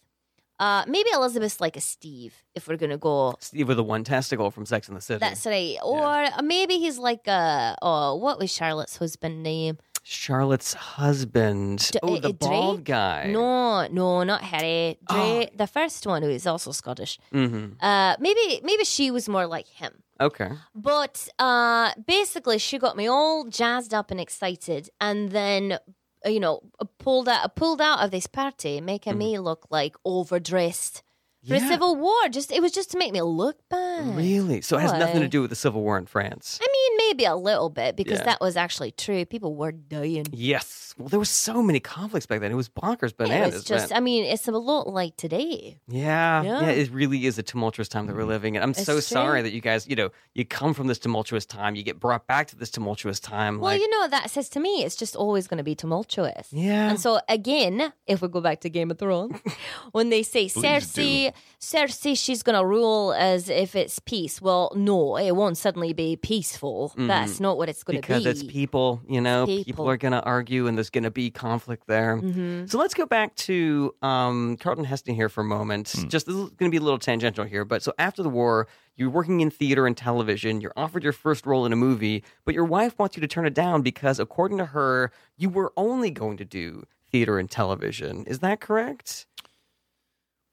S5: Uh, maybe Elizabeth's like a Steve if we're gonna go
S2: Steve with the one testicle from Sex and the City.
S5: that's right. Or uh, maybe he's like a oh, what was Charlotte's husband name?
S2: Charlotte's husband.
S5: D-
S2: oh, the
S5: uh, Drake?
S2: bald guy.
S5: No, no, not Harry.
S2: Oh.
S5: Dre, the first one who is also Scottish. Uh, maybe maybe she was more like him.
S2: Mm-hmm. Okay.
S5: But uh, basically, she got me all jazzed up and excited, and then uh, you know, uh, pulled out pulled out of this party, making me look like overdressed for a
S2: Mm-hmm. Yeah.
S5: civil war. Just it was just to make me look bad.
S2: Really? So it has nothing to
S5: Why?
S2: do with the Civil War in France.
S5: I mean, maybe a little bit because
S2: Yeah.
S5: that was actually true. People were dying.
S2: Yes. Well, there were so many conflicts back then. It was bonkers
S5: It
S2: bananas.
S5: was just,
S2: man.
S5: I mean, it's a lot like today.
S2: yeah,
S5: Yeah. Mm.
S2: yeah. It really is a tumultuous time that we're living in. I'm
S5: It's
S2: so
S5: true.
S2: sorry that you guys, you know, you come from this tumultuous time, you get brought back to this tumultuous time.
S5: well,
S2: like,
S5: you know what that says to me? It's just always going to be tumultuous.
S2: Yeah.
S5: And so, again, if we go back to Game of Thrones, when they say Cersei, Cersei, she's going to rule as if it's peace. Well, no, it won't suddenly be peaceful. That's not what it's going to be.
S2: Mm-hmm. because it's people, you know, people.
S5: people.
S2: are going to argue and there's going to be conflict there.
S5: Mm-hmm.
S2: So let's go back to um, Carlton Heston here for a moment. Just this is going to be a little tangential here, but so after the war, you're working in theater and television, you're offered your first role in a movie, but your wife wants you to turn it down because according to her, you were only going to do theater and television. Is that correct?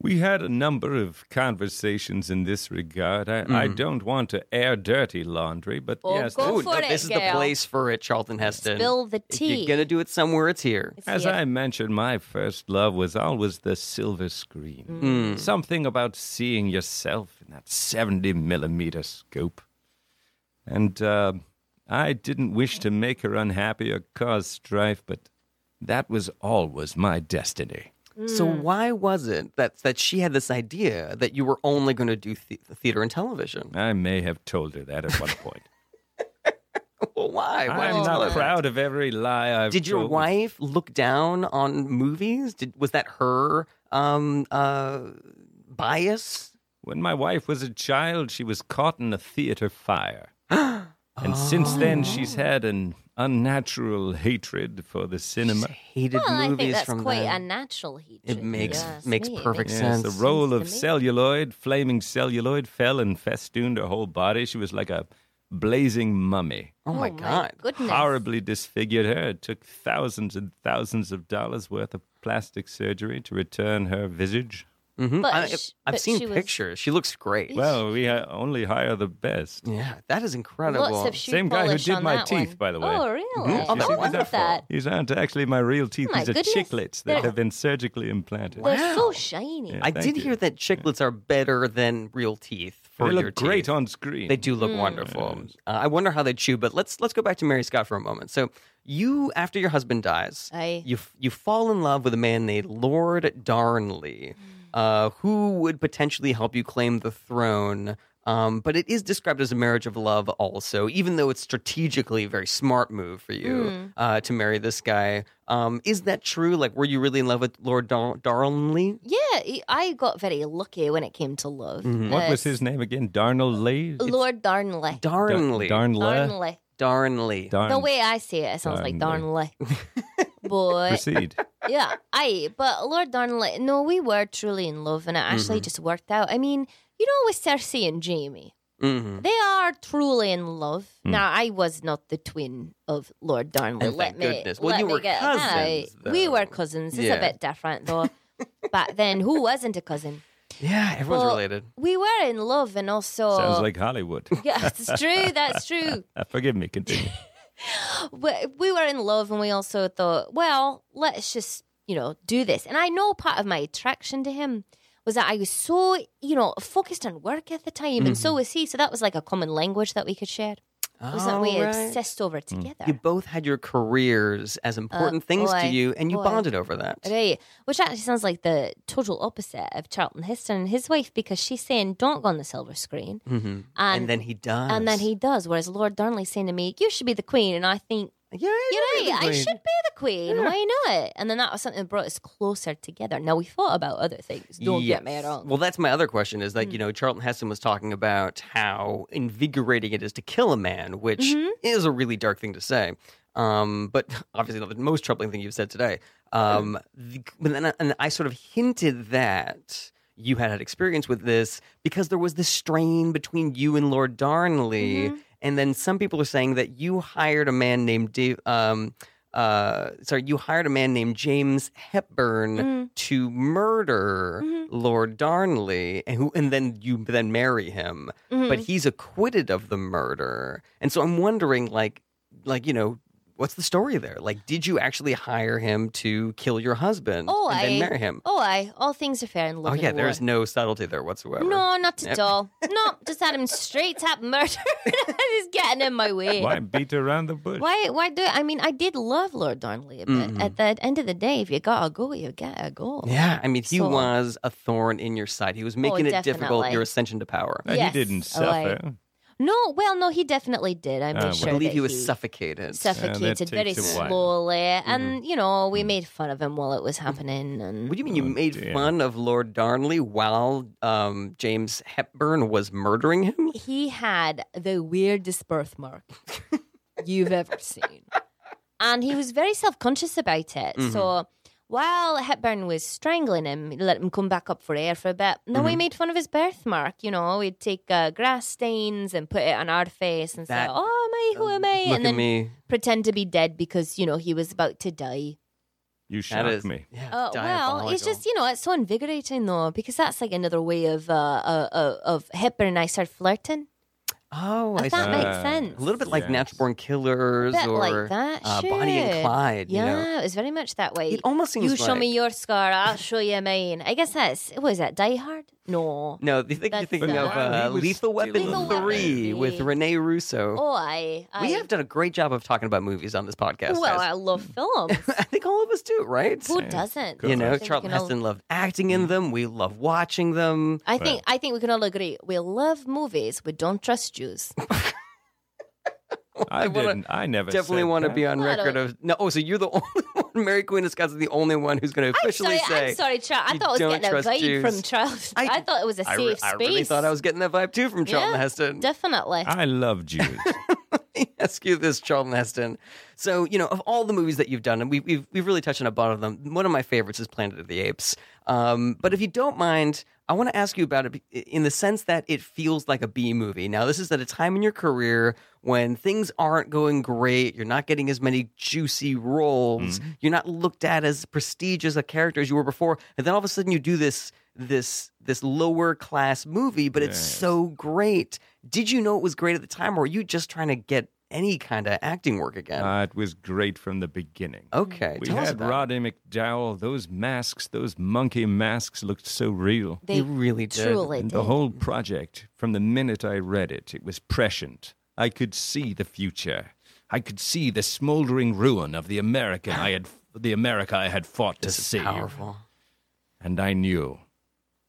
S7: We had a number of conversations in this regard. I, I
S2: Mm.
S7: don't want to air dirty laundry, but
S5: Oh,
S7: yes,
S5: go
S2: Ooh,
S5: for
S2: th-
S5: it,
S2: this is the
S5: Gail.
S2: place for it, Charlton Heston.
S5: Spill the
S2: If
S5: tea.
S2: you're going to do it somewhere, it's here.
S5: It's
S7: As
S5: the-
S7: I mentioned, my first love was always the silver screen.
S5: Mm.
S7: Something about seeing yourself in that 70 millimeter scope. And uh, I didn't wish to make her unhappy or cause strife, but that was always my destiny.
S2: So
S7: Mm.
S2: why was it that that she had this idea that you were only going to do the- theater and television?
S7: I may have told her that at one point.
S2: Well, why? Why
S7: I'm
S2: did you
S7: not
S2: let her-
S7: proud of every lie I've
S2: Did your
S7: told.
S2: wife look down on movies? Did was that her um, uh, bias?
S7: When my wife was a child, she was caught in a theater fire. and since
S5: Oh.
S7: then, she's had an unnatural hatred for the cinema.
S2: Hated
S5: well, I
S2: movies
S5: think that's
S2: from
S5: quite
S2: then.
S5: unnatural hatred.
S2: It makes
S5: Yes,
S2: makes
S5: me, it
S2: perfect
S5: makes-
S7: Yes,
S2: sense.
S7: the role of
S5: to me.
S2: Oh
S7: celluloid, flaming celluloid, fell and festooned her whole body. She was like a blazing mummy.
S2: oh my god!
S5: Goodness.
S7: Horribly disfigured her. It took thousands and thousands of dollars worth of plastic surgery to return her visage.
S2: Mhm.
S5: But
S2: I,
S5: sh-
S2: I've
S5: but
S2: seen
S5: she was-
S2: pictures. She looks great.
S7: Well, we ha- only hire the best.
S2: yeah, that is incredible.
S5: Lots of shoe
S7: Same guy who
S5: polish
S7: did
S5: on
S7: my
S5: that
S7: teeth,
S5: one.
S7: by the way.
S5: Oh, really?
S7: Mhm.
S5: Oh,
S7: She's
S5: no wonder
S7: wonderful.
S5: that.
S7: These aren't actually my real teeth.
S5: Oh my
S7: These are
S5: goodness.
S7: chiclets that
S5: They're-
S7: have been surgically implanted.
S5: They're
S2: Wow.
S5: so shiny.
S7: Yeah,
S2: I
S7: thank
S2: did
S7: you.
S2: hear that chiclets are better than real teeth for
S7: They
S2: your
S7: look
S2: teeth.
S7: great on screen.
S2: They do look
S5: Hmm.
S2: wonderful. Uh, I wonder how they chew. But let's let's go back to Mary Scott for a moment. So you, after your husband dies,
S5: Aye.
S2: you f- you fall in love with a man named Lord Darnley,
S5: Hmm.
S2: uh, who would potentially help you claim the throne. Um, but it is described as a marriage of love, also, even though it's strategically a very smart move for you
S5: Hmm.
S2: uh, to marry this guy. Um, is that true? Like, were you really in love with Lord Dar- Darnley?
S5: Yeah, I got very lucky when it came to love.
S7: Mm-hmm. What was
S5: Uh,
S7: his name again? Darnell Lee?
S5: Lord Darnley.
S2: Darnley.
S7: Darnley.
S2: Darnley.
S5: Darnley. The way I say it, it sounds like Darnley. Boy,
S7: Proceed.
S5: yeah, I. But Lord Darnley, no, we were truly in love, and it actually
S7: Mm-hmm.
S5: just worked out. I mean, you know, with Cersei and Jamie,
S2: Mhm.
S5: they are truly in love.
S7: Mm.
S5: Now, I was not the twin of Lord Darnley.
S2: And
S5: let
S2: thank
S5: me,
S2: goodness. Well,
S5: let
S2: you
S5: me
S2: were
S5: get
S2: cousins,
S5: No, we
S2: though.
S5: were cousins. It's
S2: Yeah.
S5: a bit different though. Back then, who wasn't a cousin?
S2: Yeah, everyone's
S5: Well,
S2: related.
S5: We were in love, and also
S7: Sounds like Hollywood.
S5: Oh. yeah, it's true. That's true.
S7: Uh, Forgive me, continue.
S5: We, we were in love, and we also thought, well, let's just you know do this. And I know part of my attraction to him was that I was so you know focused on work at the time, and
S2: Mm-hmm.
S5: so was he. So that was like a common language that we could share. It was that we
S2: All right. Mm.
S5: obsessed over together.
S2: You both had your careers as important things
S5: boy,
S2: to you, and you
S5: boy.
S2: bonded over that.
S5: Right, which actually sounds like the total opposite of Charlton Heston and his wife because she's saying, "Don't go on the silver screen,"
S2: Mhm.
S5: and,
S2: And then he does.
S5: and then he does. Whereas Lord Darnley's saying to me, "You should be the queen," and I think,
S2: Yeah,
S5: You're
S2: yeah,
S5: right. I should be the queen. Why not? And then that was something that brought us closer together. Now we thought about other things. Don't get me Hmm.
S2: Yes.
S5: wrong.
S2: Well, that's my other question is that, you know, Charlton Heston was talking about how invigorating it is to kill a man, which
S5: Mm-hmm.
S2: is a really dark thing to say. Um, but obviously, not the most troubling thing you've said today. Um,
S5: Mm-hmm.
S2: the, but then I, and I sort of hinted that you had had experience with this because there was this strain between you and Lord Darnley.
S5: Mm-hmm.
S2: And then some people are saying that you hired a man named Dave. Um, uh, sorry, you hired a man named James Hepburn
S5: Mm.
S2: to murder
S5: Mm-hmm.
S2: Lord Darnley, and who, and then you then marry him,
S5: Mm-hmm.
S2: but he's acquitted of the murder, and so I'm wondering, like, like you know, What's the story there? Like, did you actually hire him to kill your husband
S5: Oh,
S2: and
S5: I-
S2: then marry him?
S5: Oh, I. All things are fair in love.
S2: Oh, yeah,
S5: and war.
S2: there's no subtlety there whatsoever.
S5: No, not at
S2: Yep.
S5: all. No, just had him straight tap murdered. He's getting in my way.
S7: Why beat around the bush?
S5: Why? Why do? I mean, I did love Lord Darnley a bit. At the end of the day, if you got a goal, you get a goal.
S2: Mm-hmm. Yeah, I mean, he
S5: So- Oh,
S2: was a thorn in your side. He was making it difficult
S5: definitely.
S2: your ascension to power.
S7: And
S5: Yes,
S7: Uh, he didn't
S5: oh, I-
S7: suffer.
S5: No, well, no, he definitely did. I'm
S7: Ah, well.
S5: sure.
S2: Uh, I believe
S5: that
S2: he was
S5: he
S2: suffocated.
S5: suffocated
S7: Yeah, that
S5: very
S7: takes a while.
S5: slowly,
S2: Mm-hmm.
S5: and you know, we made fun of him while it was happening. And
S2: What do you mean you
S7: Oh,
S2: made
S7: dear.
S2: fun of Lord Darnley while um, James Hepburn was murdering him?
S5: he had the weirdest birthmark you've ever seen. And he was very self conscious about it.
S2: Mm-hmm.
S5: So while Hepburn was strangling him, he let him come back up for air for a bit. And then
S2: Mm-hmm.
S5: we made fun of his birthmark. You know, we'd take uh, grass stains and put it on our face and
S2: That-
S5: say, Oh, am I? Who am I?
S2: Look
S5: and then
S2: at me.
S5: pretend to be dead because, you know, he was about to die.
S7: You
S2: That is
S7: shocked me.
S2: Yeah,
S5: Oh well, it's
S2: diabolical.
S5: just you know it's so invigorating though because that's like another way of uh, uh, uh of Hepburn and I start flirting.
S2: oh, I
S5: If that
S2: see.
S5: makes
S7: Ah,
S5: sense.
S2: a little bit like
S7: Yes.
S2: Natural Born Killers
S5: bit
S2: or
S5: like that.
S2: uh, Bonnie
S5: sure.
S2: and Clyde.
S5: Yeah,
S2: you know?
S5: it was very much that way.
S2: it almost seems
S5: you
S2: like
S5: show me your scar, I'll show you mine. I guess that's what is that? Die Hard? No.
S2: No, you think you're
S5: That's
S2: thinking
S5: not-
S2: of uh,
S7: He was
S2: Lethal Weapon
S7: stealing
S5: Lethal
S2: 3
S5: Weapon
S2: with
S5: 3.
S2: Rene Russo.
S5: Oh, I. I
S2: we have done a great job of talking about movies on this podcast.
S5: Well, I
S2: guys.
S5: love films.
S2: I think all of us do, right?
S5: Who doesn't?
S2: you
S5: I
S2: know,
S5: think we
S2: Charlton
S5: can all-
S2: Heston loved acting
S7: Hmm.
S2: in them. We love watching them.
S5: I think I think we can all agree we love movies. We don't trust Jews.
S7: I,
S2: wanna-
S7: didn't. I never
S2: Definitely want to be on
S5: Well, I
S2: record
S5: don't-
S2: of no. Oh, so you're the only one. Mary Queen of Scots is the only one who's going to
S5: I'm
S2: officially
S5: sorry,
S2: say.
S5: I'm sorry, Charles. I
S2: you
S5: thought I
S2: don't
S5: was getting a
S2: trust
S5: vibe
S2: Jews.
S5: from Charles. I, thought it was a
S2: I,
S5: safe
S2: re- I
S5: space.
S2: really thought I was getting that vibe too from Charlton
S5: Yeah,
S2: Heston.
S5: definitely.
S7: I love Jews.
S2: ask you this, Charlton Heston. So, you know, of all the movies that you've done, and we've, we've, we've really touched on a bunch of them, one of my favorites is Planet of the Apes. Um, but if you don't mind, I want to ask you about it be- in the sense that it feels like a B movie. Now, this is at a time in your career when things aren't going great. You're not getting as many juicy roles. You're not looked at as prestigious a character as you were before. And then all of a sudden you do this this this lower class movie, but it's
S7: Yes.
S2: so great. Did you know it was great at the time, or were you just trying to get any kind of acting work again?
S7: uh, it was great from the beginning.
S2: okay,
S7: we
S2: tell us
S7: had
S2: about
S7: Roddy McDowell. Those masks, those monkey masks, looked so real.
S2: it.
S5: they
S2: You really did.
S5: truly
S7: And
S5: did.
S7: the whole project, from the minute I read it, it was prescient. I could see the future. I could see the smoldering ruin of the American I had, the America I had fought
S2: This
S7: to
S2: is
S7: save.
S2: powerful.
S7: And I knew,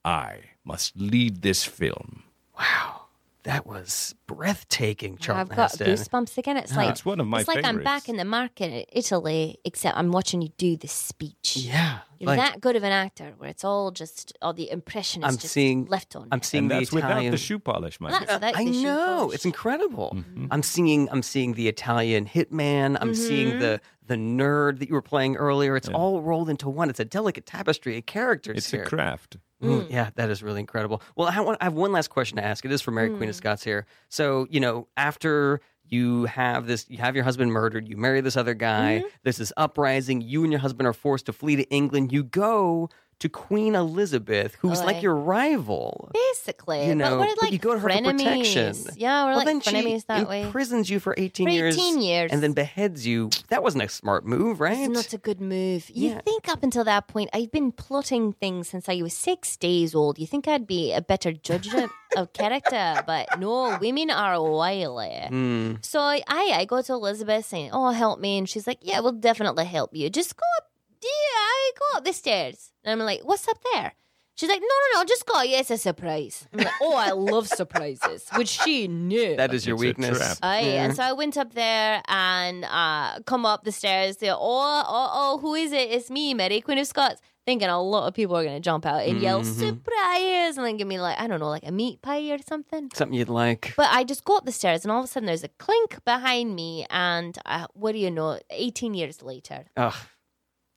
S7: I must lead this film.
S2: Wow, that was breathtaking,
S5: I've
S2: Charlton
S5: got
S2: Heston.
S5: goosebumps again. It's like
S7: It's one of my
S5: It's like I'm back
S7: favorites.
S5: in the market in Italy, except I'm watching you do this speech.
S2: Yeah,
S5: You're that good of an actor, where it's all just all the impression is
S2: I'm
S5: just
S2: seeing-
S5: left on.
S2: I'm
S5: you.
S2: seeing
S7: and
S2: the
S7: that's
S2: Italian.
S7: without the shoe Mm-hmm. polish, my
S5: That's
S7: dear.
S5: without
S2: I
S5: the shoe
S2: know
S5: polish.
S2: it's incredible. I'm seeing, I'm seeing the Italian hitman. I'm
S5: Mm-hmm.
S2: seeing the the nerd that you were playing earlier. It's all rolled into one. It's a delicate tapestry of characters.
S7: It's
S2: here.
S7: a craft.
S2: Mm, Yeah, that is really incredible. Well, I, want, I have one last question to ask. It is for Mary
S5: Mm.
S2: Queen of Scots here. So, you know, after you have this, you have your husband murdered, you marry this other guy,
S5: Mm-hmm.
S2: there's this uprising, you and your husband are forced to flee to England, you go to Queen Elizabeth, who's
S5: Aye.
S2: like your rival.
S5: basically.
S2: You know,
S5: but we're like
S2: you go to her for
S5: frenemies.
S2: protection.
S5: Yeah, we're
S2: well,
S5: like
S2: then
S5: frenemies
S2: she
S5: that way.
S2: imprisons you for 18
S5: For
S2: years,
S5: 18 years.
S2: and then beheads you. That wasn't a smart move, right?
S5: It's not a good move. You
S2: Yeah.
S5: think up until that point, I've been plotting things since I was six days old. You think I'd be a better judge of- of character, but no, women are wily.
S2: Hmm,
S5: So I, I, I go to Elizabeth saying, "Oh, help me," and she's like, "Yeah, we'll definitely help you. Just go up, yeah, I go up the stairs." And I'm like, "What's up there?" She's like, "No, no, no, just go. Yeah, it's a surprise." I'm like, "Oh, I love surprises," which she knew.
S2: that is your
S7: It's a
S2: weakness.
S7: trap.
S5: Aye,
S2: Yeah.
S5: and Oh, so I went up there and uh, come up the stairs. They, oh, oh, oh, who is it? It's me, Mary Queen of Scots. Thinking a lot of people are gonna jump out and yell
S2: Mm-hmm.
S5: surprise, and then give me like I don't know, like a meat pie or something.
S2: Something you'd like.
S5: But I just go up the stairs, and all of a sudden there's a clink behind me, and uh, what do you know? Eighteen years later,
S2: Ugh,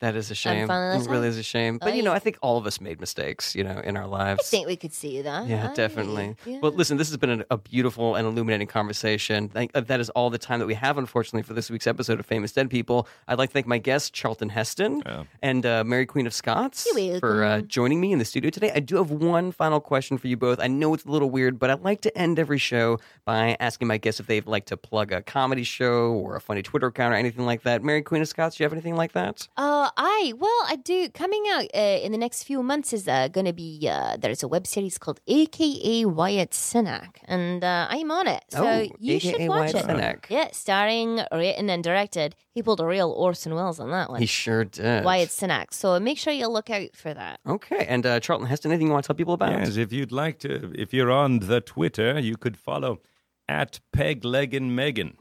S2: That is a shame.
S5: finally
S2: It really is a shame. But you know,
S5: Aye.
S2: I think all of us made mistakes, you know, in our lives.
S5: I think we could see that.
S2: Yeah,
S5: Aye,
S2: definitely.
S5: yeah.
S2: Well, listen, this has been an, a beautiful and illuminating conversation. Thank, uh, that is all the time that we have, unfortunately, for this week's episode of Famous Dead People. I'd like to thank my guest, Charlton Heston, and uh, Mary Queen of Scots,
S5: You're
S2: for uh, joining me in the studio today. I do have one final question for you both. I know it's a little weird, but I like to end every show by asking my guests if they'd like to plug a comedy show or a funny Twitter account or anything like that. Mary Queen of Scots, do you have anything like that?
S5: Uh, I well, I do. Coming out uh, in the next few months is uh, going to be uh, there's a web series called AKA Wyatt Sinek, and uh, I'm on it, so
S2: Oh,
S5: you
S2: AKA
S5: should watch
S2: Wyatt
S5: it.
S2: Sinek.
S5: Yeah, starring, written, and directed. He pulled a real Orson Welles on that one.
S2: He sure did.
S5: Wyatt Sinek. So make sure you look out for that.
S2: Okay. And uh, Charlton Heston, anything you want to tell people about?
S7: Yes, if you'd like to, if you're on the Twitter, you could follow at Pegleggin Megan.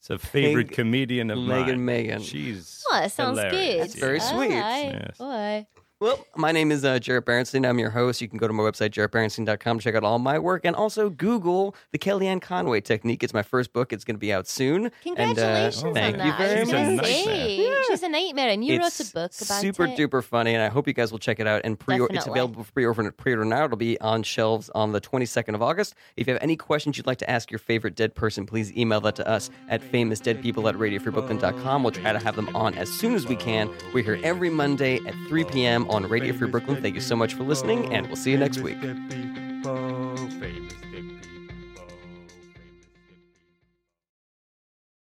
S7: It's a favorite
S2: Peg
S7: comedian of
S2: Leggin'
S7: mine.
S2: Megan.
S7: She's
S5: Oh, that sounds good.
S2: That's
S7: hilarious.
S2: very
S7: Yeah.
S2: sweet.
S5: Aye,
S7: Yes.
S5: boy.
S2: Well, my name is uh, Jarrett Berenstein. I'm your host. You can go to my website, jarrettberenstein.com, check out all my work, and also Google the Kellyanne Conway Technique. It's my first book. It's going to be out soon.
S5: Congratulations
S2: And, uh,
S5: on
S2: thank
S5: that.
S2: you
S5: I
S2: very
S5: was
S7: She's
S5: gonna
S7: a
S2: much.
S7: nightmare.
S5: say, She's a nightmare, and you
S2: it's
S5: wrote a book about
S2: super
S5: it.
S2: duper funny, and I hope you guys will check it out. And pre it's
S5: Definitely.
S2: available for pre-order, pre-order now. It'll be on shelves on the 22nd of August. If you have any questions you'd like to ask your favorite dead person, please email that to us at famousdeadpeople at radiofreebrooklyn.com. We'll try to have them on as soon as we can. We're here every Monday at 3 p.m. on Radio Free Brooklyn. Thank you so much for listening, and we'll see you next week.
S3: Famous Deppy